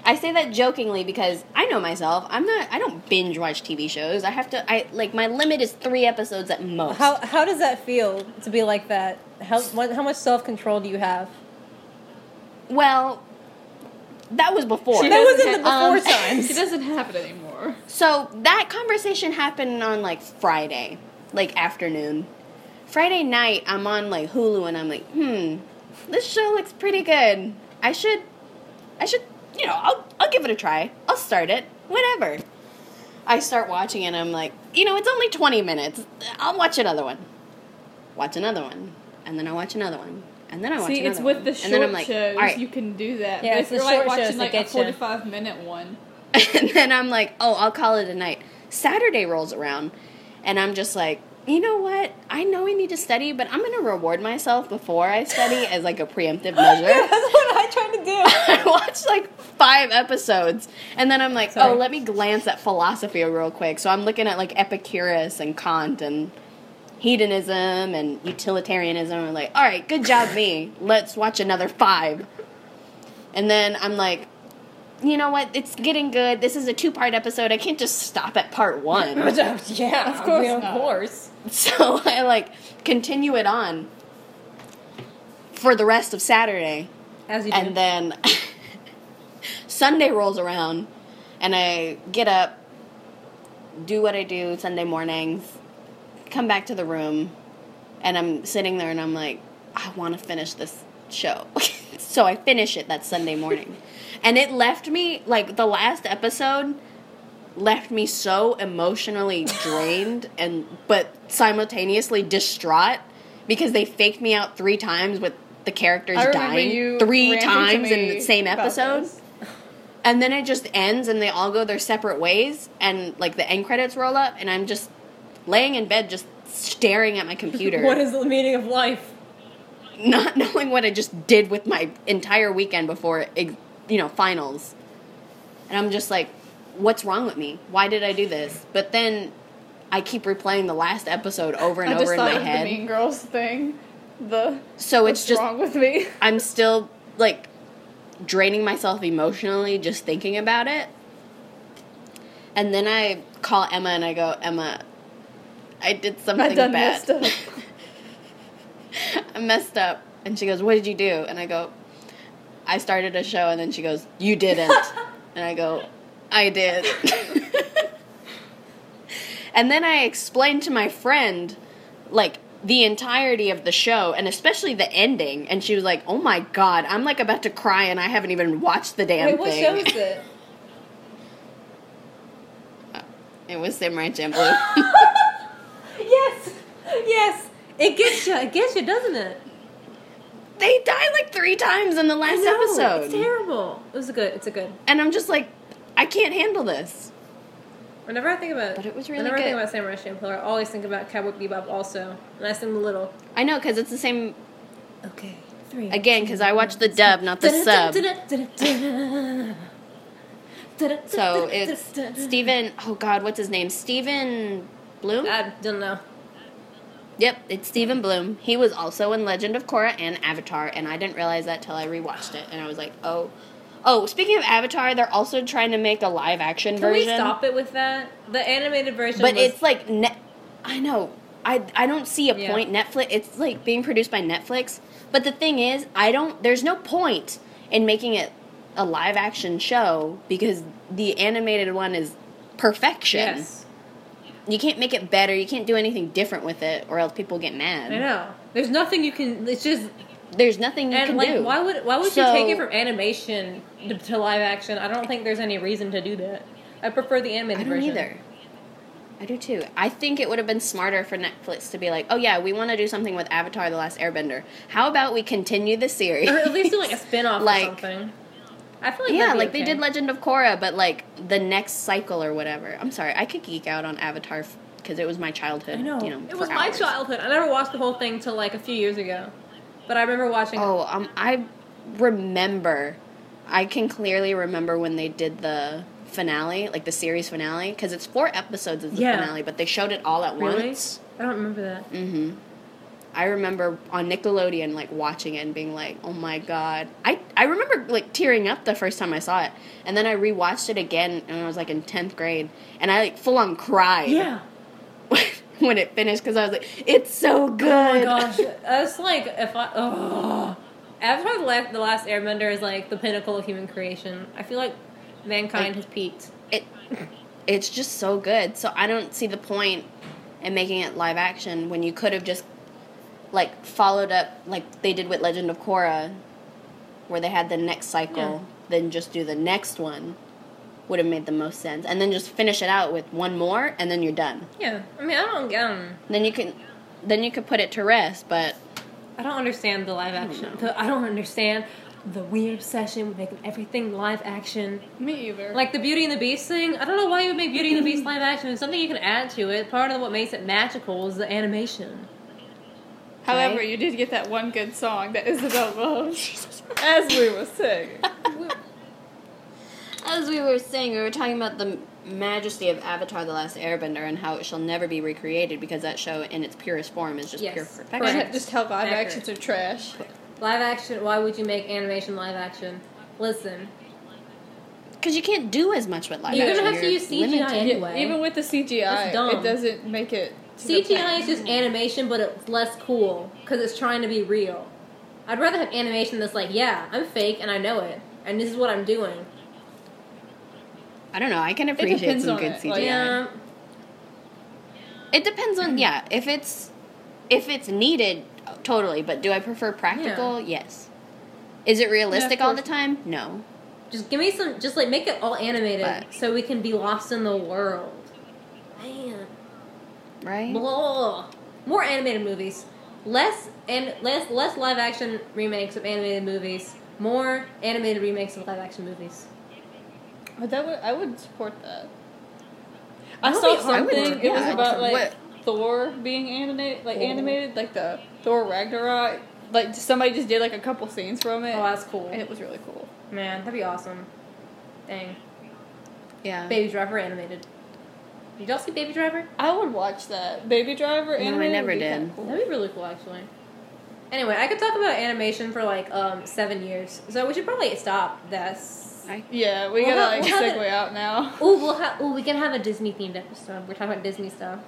Speaker 2: I say that jokingly because I know myself. I'm not. I don't binge watch TV shows. I have to. I like my limit is three episodes at most.
Speaker 3: How how does that feel to be like that? How what, how much self control do you have?
Speaker 2: well, that was before.
Speaker 1: She
Speaker 3: That was
Speaker 1: doesn't
Speaker 3: in the before
Speaker 2: have- um,
Speaker 1: She
Speaker 3: times.
Speaker 1: doesn't have it anymore.
Speaker 2: So that conversation happened on like Friday, like afternoon. Friday night, I'm on like Hulu and I'm like, hmm, this show looks pretty good. I should, I should, you know, I'll, I'll give it a try. I'll start it, whatever. I start watching it and I'm like, you know, it's only 20 minutes. I'll watch another one. Watch another one. And then I watch another one. And then I watch
Speaker 1: See,
Speaker 2: another
Speaker 1: it's with
Speaker 2: one.
Speaker 1: the short
Speaker 2: and then I'm like,
Speaker 1: shows
Speaker 2: all right.
Speaker 1: you can do that.
Speaker 3: Yeah,
Speaker 1: but
Speaker 3: it's
Speaker 1: if
Speaker 3: the
Speaker 1: you're like
Speaker 3: short shows
Speaker 1: watching
Speaker 3: that
Speaker 1: like a
Speaker 3: get ya.
Speaker 1: 45 minute one,
Speaker 2: *laughs* and then I'm like, oh, I'll call it a night. Saturday rolls around, and I'm just like, you know what? I know I need to study, but I'm gonna reward myself before I study as like a preemptive measure.
Speaker 3: That's what I tried
Speaker 2: *laughs*
Speaker 3: to do.
Speaker 2: I watched like five episodes, and then I'm like, oh,
Speaker 3: Sorry.
Speaker 2: let me glance at philosophy real quick. So I'm looking at like Epicurus and Kant and hedonism and utilitarianism. I'm like, all right, good job, me. Let's watch another five. And then I'm like, you know what? It's getting good. This is a two part episode. I can't just stop at part one.
Speaker 3: *laughs*
Speaker 2: *laughs*
Speaker 3: yeah, of
Speaker 1: course
Speaker 3: course. Of
Speaker 1: not.
Speaker 3: course.
Speaker 2: So I like continue it on for the rest of Saturday.
Speaker 3: As you
Speaker 2: And
Speaker 3: do.
Speaker 2: then *laughs* Sunday rolls around and I get up, do what I do Sunday mornings, come back to the room, and I'm sitting there and I'm like, I want to finish this show. *laughs* so I finish it that Sunday morning.
Speaker 1: *laughs*
Speaker 2: and it left me, like, the last episode left me so emotionally
Speaker 1: *laughs*
Speaker 2: drained and but simultaneously distraught because they faked me out three times with the characters
Speaker 1: I remember
Speaker 2: dying
Speaker 1: you
Speaker 2: three
Speaker 1: ranting to
Speaker 2: times in
Speaker 1: me
Speaker 2: the same
Speaker 1: about
Speaker 2: episode
Speaker 1: this.
Speaker 2: and then it just ends and they all go their separate ways and like the end credits roll up and i'm just laying in bed just staring at my
Speaker 1: *laughs*
Speaker 2: computer
Speaker 3: what is the meaning of life?
Speaker 2: *laughs* not knowing what i just did with my entire weekend before ex- you know finals and i'm just like what's wrong with me why did i do this but then i keep replaying the last episode over and
Speaker 1: I
Speaker 2: over
Speaker 1: just
Speaker 2: in
Speaker 1: thought
Speaker 2: my
Speaker 1: of the Mean
Speaker 2: head
Speaker 1: Girls thing. The
Speaker 2: so
Speaker 1: what's
Speaker 2: it's just
Speaker 1: wrong with me? *laughs*
Speaker 2: I'm still like draining myself emotionally just thinking about it. And then I call Emma and I go, Emma, I did something
Speaker 1: done
Speaker 2: bad.
Speaker 1: messed up."
Speaker 2: I messed up. And she goes, What did you do? And I go, I started a show. And then she goes, You
Speaker 3: *laughs*
Speaker 2: didn't. and I go, I did. *laughs* and then I explained to my friend, like, the entirety of the show and especially the ending. And she was like, Oh my God, I'm like about to cry and I haven't even watched the damn
Speaker 3: Wait, what
Speaker 2: thing.
Speaker 3: show is it?
Speaker 2: It was Samurai Champloo.
Speaker 3: *laughs* *gasps* yes, yes. It gets you. It gets you, doesn't it?
Speaker 2: they die like three times in the last
Speaker 3: No, It's
Speaker 2: episode.
Speaker 3: terrible. It was a good. It's a good.
Speaker 2: And I'm just like, I can't handle this.
Speaker 3: Whenever I think about,
Speaker 2: But it was really
Speaker 3: whenever I think
Speaker 2: good.
Speaker 3: about Samurai Champloo, I always think about Cowboy Bebop also, and I sing the little.
Speaker 2: I know, because it's the same,
Speaker 3: Okay, three.
Speaker 2: again, because I watched the dub, not the sub. So it's Steven, oh God, what's his name? Steven Bloom?
Speaker 3: I don't know.
Speaker 2: Yep, it's Steven Bloom. He was also in Legend of Korra and Avatar, and I didn't realize that till I rewatched it, and I was like, oh. Oh, speaking of Avatar, they're also trying to make a live action
Speaker 3: Can
Speaker 2: version.
Speaker 3: we stop it with that? The animated version,
Speaker 2: But
Speaker 3: was-
Speaker 2: it's like net. I know. I I don't see a
Speaker 3: Yeah.
Speaker 2: point. Netflix. It's like being produced by Netflix. But the thing is, I don't. There's no point in making it a live action show because the animated one is perfection.
Speaker 3: yes.
Speaker 2: You can't make it better. You can't do anything different with it, or else people get mad.
Speaker 3: I know. There's nothing you can. It's just
Speaker 2: There's nothing you
Speaker 3: and
Speaker 2: can
Speaker 3: like
Speaker 2: do.
Speaker 3: why would why would you
Speaker 2: So-
Speaker 3: take it from animation to, to live action? I don't think there's any reason to do that. I prefer the
Speaker 2: I
Speaker 3: animated
Speaker 2: don't
Speaker 3: version.
Speaker 2: either. I do too. I think it would have been smarter for Netflix to be like, "Oh yeah, we want to do something with Avatar: The Last Airbender. How about we continue the series,
Speaker 3: Or at least
Speaker 2: *laughs*
Speaker 3: do like a spin off
Speaker 2: Like-
Speaker 3: or something. I feel like
Speaker 2: *laughs* Yeah,
Speaker 3: that'd be
Speaker 2: like they
Speaker 3: okay.
Speaker 2: did Legend of Korra, but like the next cycle or whatever. I'm sorry, I could geek out on Avatar because it was my childhood.
Speaker 3: I know.
Speaker 2: you know,
Speaker 3: it
Speaker 2: for
Speaker 3: was my
Speaker 2: hours.
Speaker 3: childhood. I never watched the whole thing till like a few years ago, but I remember watching.
Speaker 2: Oh, um, I remember. I can clearly remember when they did the finale, like the series finale, because it's four episodes of the
Speaker 3: Yeah.
Speaker 2: finale, but they showed it all at
Speaker 3: really?
Speaker 2: once.
Speaker 3: I don't remember that.
Speaker 2: hmm I remember on Nickelodeon, like watching it and being like, "Oh my god!" I I remember like tearing up the first time I saw it, and then I rewatched it again when I was like in tenth grade, and I like full on cried.
Speaker 3: Yeah.
Speaker 2: *laughs* when it finished, because I was like, "It's so good."
Speaker 3: Oh
Speaker 2: *laughs*
Speaker 3: my gosh, that's like if I. Oh. Avatar: The Last, the Last Airbender is like the pinnacle of human creation. I feel like
Speaker 2: Like-
Speaker 3: mankind has peaked.
Speaker 2: It it's just so good. So I don't see the point in making it live action when you could have just like followed up like they did with Legend of Korra, where they had the next cycle,
Speaker 3: Yeah.
Speaker 2: then just do the next one. Would have made the most sense, and then just finish it out with one more, and then you're done.
Speaker 3: Yeah, I mean, I don't, um, I don't,
Speaker 2: Then you can, then you could put it to rest. But
Speaker 3: I don't understand the live
Speaker 2: know.
Speaker 3: action. The- I don't understand the weird obsession with making everything live action.
Speaker 1: Me
Speaker 2: *laughs*
Speaker 1: either.
Speaker 3: Like the Beauty and the Beast thing, I don't know why you would make Beauty and the Beast live action. It's something you can add to it. Part of what makes it magical is the animation.
Speaker 1: However,
Speaker 2: Right?
Speaker 1: you did get that one good song that *laughs* Isabel loves, as we were saying.
Speaker 2: As we were saying, we were talking about the majesty of Avatar: The Last Airbender and how it shall never be recreated because that show, in its purest form, is just
Speaker 3: Yes.
Speaker 2: pure
Speaker 1: Just,
Speaker 2: perfection.
Speaker 1: just tell live
Speaker 3: Accurate.
Speaker 1: actions are trash.
Speaker 3: Live action, why would you make animation live action? Listen,
Speaker 2: Because you can't do as much with live
Speaker 3: You're gonna
Speaker 2: action.
Speaker 3: have to use CGI
Speaker 2: limited.
Speaker 1: Yeah,
Speaker 3: Anyway.
Speaker 1: even with the CGI,
Speaker 3: That's dumb.
Speaker 1: it doesn't make it. to the
Speaker 3: CGI is just animation, but it's less cool because it's trying to be real. I'd rather have animation that's like, yeah, I'm fake and I know it, and this is what I'm doing.
Speaker 2: I don't know. I can appreciate
Speaker 1: depends
Speaker 2: some
Speaker 1: on
Speaker 2: good
Speaker 1: it,
Speaker 2: CGI.
Speaker 1: like-
Speaker 3: Yeah,
Speaker 2: It depends on yeah. If it's if it's needed, totally. But do I prefer practical? Yes. Is it realistic all the
Speaker 1: course.
Speaker 2: time? No.
Speaker 3: just give me some, just like make it all animated
Speaker 2: But-
Speaker 3: so we can be lost in the world. Man,
Speaker 2: Right.
Speaker 3: Blah. more animated movies, less and less less live action remakes of animated movies, more animated remakes of live action movies.
Speaker 1: But that would I would support that. I
Speaker 3: That
Speaker 1: saw
Speaker 3: would be hard
Speaker 1: something.
Speaker 3: work.
Speaker 1: It was
Speaker 2: Yeah.
Speaker 1: about like
Speaker 2: What-
Speaker 1: Thor being animated, like
Speaker 3: Cool.
Speaker 1: animated, like the Thor Ragnarok. Like somebody just did like a couple scenes from it,
Speaker 3: Oh, that's cool.
Speaker 1: and it was really cool.
Speaker 3: Man, that'd be awesome. Dang.
Speaker 2: Yeah.
Speaker 3: Baby Driver animated. Did y'all see Baby Driver?
Speaker 1: I would watch that Baby Driver.
Speaker 2: I
Speaker 1: Animated
Speaker 2: never
Speaker 1: would be kinda
Speaker 2: did.
Speaker 1: cool.
Speaker 3: That'd be really cool, actually. Anyway, I could talk about animation for like um seven years, so we should probably stop this.
Speaker 2: I-
Speaker 1: Yeah, we
Speaker 3: Well,
Speaker 1: gotta
Speaker 3: how-
Speaker 1: like
Speaker 3: how
Speaker 1: segue
Speaker 3: did-
Speaker 1: out now,
Speaker 3: Ooh, we'll have. Ooh, we can have a Disney themed episode. We're talking about Disney stuff.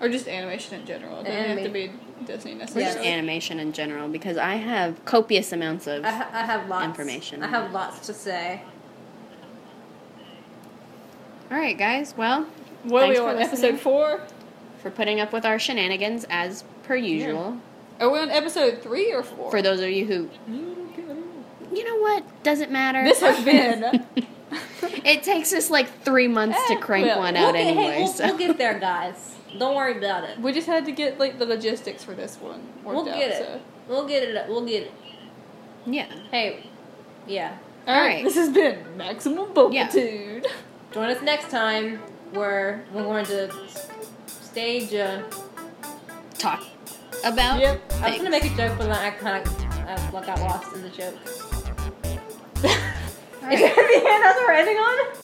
Speaker 1: or just animation in general. It doesn't have to be
Speaker 3: Anime.
Speaker 1: Disney
Speaker 2: Or
Speaker 1: necessarily.
Speaker 2: Just animation in general because I have copious amounts of.
Speaker 3: I, ha- I have lots.
Speaker 2: Information.
Speaker 3: I have lots to say.
Speaker 2: All right, guys. Well,
Speaker 1: What are we
Speaker 2: Thanks for
Speaker 1: on
Speaker 2: listening.
Speaker 1: episode four?
Speaker 2: for putting up with our shenanigans as per usual.
Speaker 1: Are we on episode three or four?
Speaker 2: For those of you who, you know what, doesn't matter.
Speaker 1: this has been.
Speaker 2: *laughs* it takes us like three months to
Speaker 1: Eh,
Speaker 2: crank
Speaker 1: well,
Speaker 2: one
Speaker 3: We'll
Speaker 2: out
Speaker 3: get-
Speaker 2: anyway.
Speaker 3: hey, we'll,
Speaker 2: so
Speaker 3: we'll get there, guys. Don't worry
Speaker 2: *laughs*
Speaker 3: about
Speaker 1: *laughs*
Speaker 3: it.
Speaker 1: we just had to get like the logistics for this one worked
Speaker 3: We'll
Speaker 1: out.
Speaker 3: get
Speaker 1: So.
Speaker 3: it. We'll get it. We'll get it.
Speaker 2: yeah.
Speaker 3: Hey, yeah.
Speaker 1: All right.
Speaker 2: Alright.
Speaker 1: This has been Maximum *laughs* Bulkitude.
Speaker 3: Join us next time where we're going to s- stage a.
Speaker 2: Talk about.
Speaker 1: Yep.
Speaker 3: I was
Speaker 2: things.
Speaker 3: gonna make a joke, but then I kind of uh, got lost in the joke. *laughs* Is
Speaker 2: All
Speaker 3: there
Speaker 2: right.
Speaker 3: gonna be another ending on it?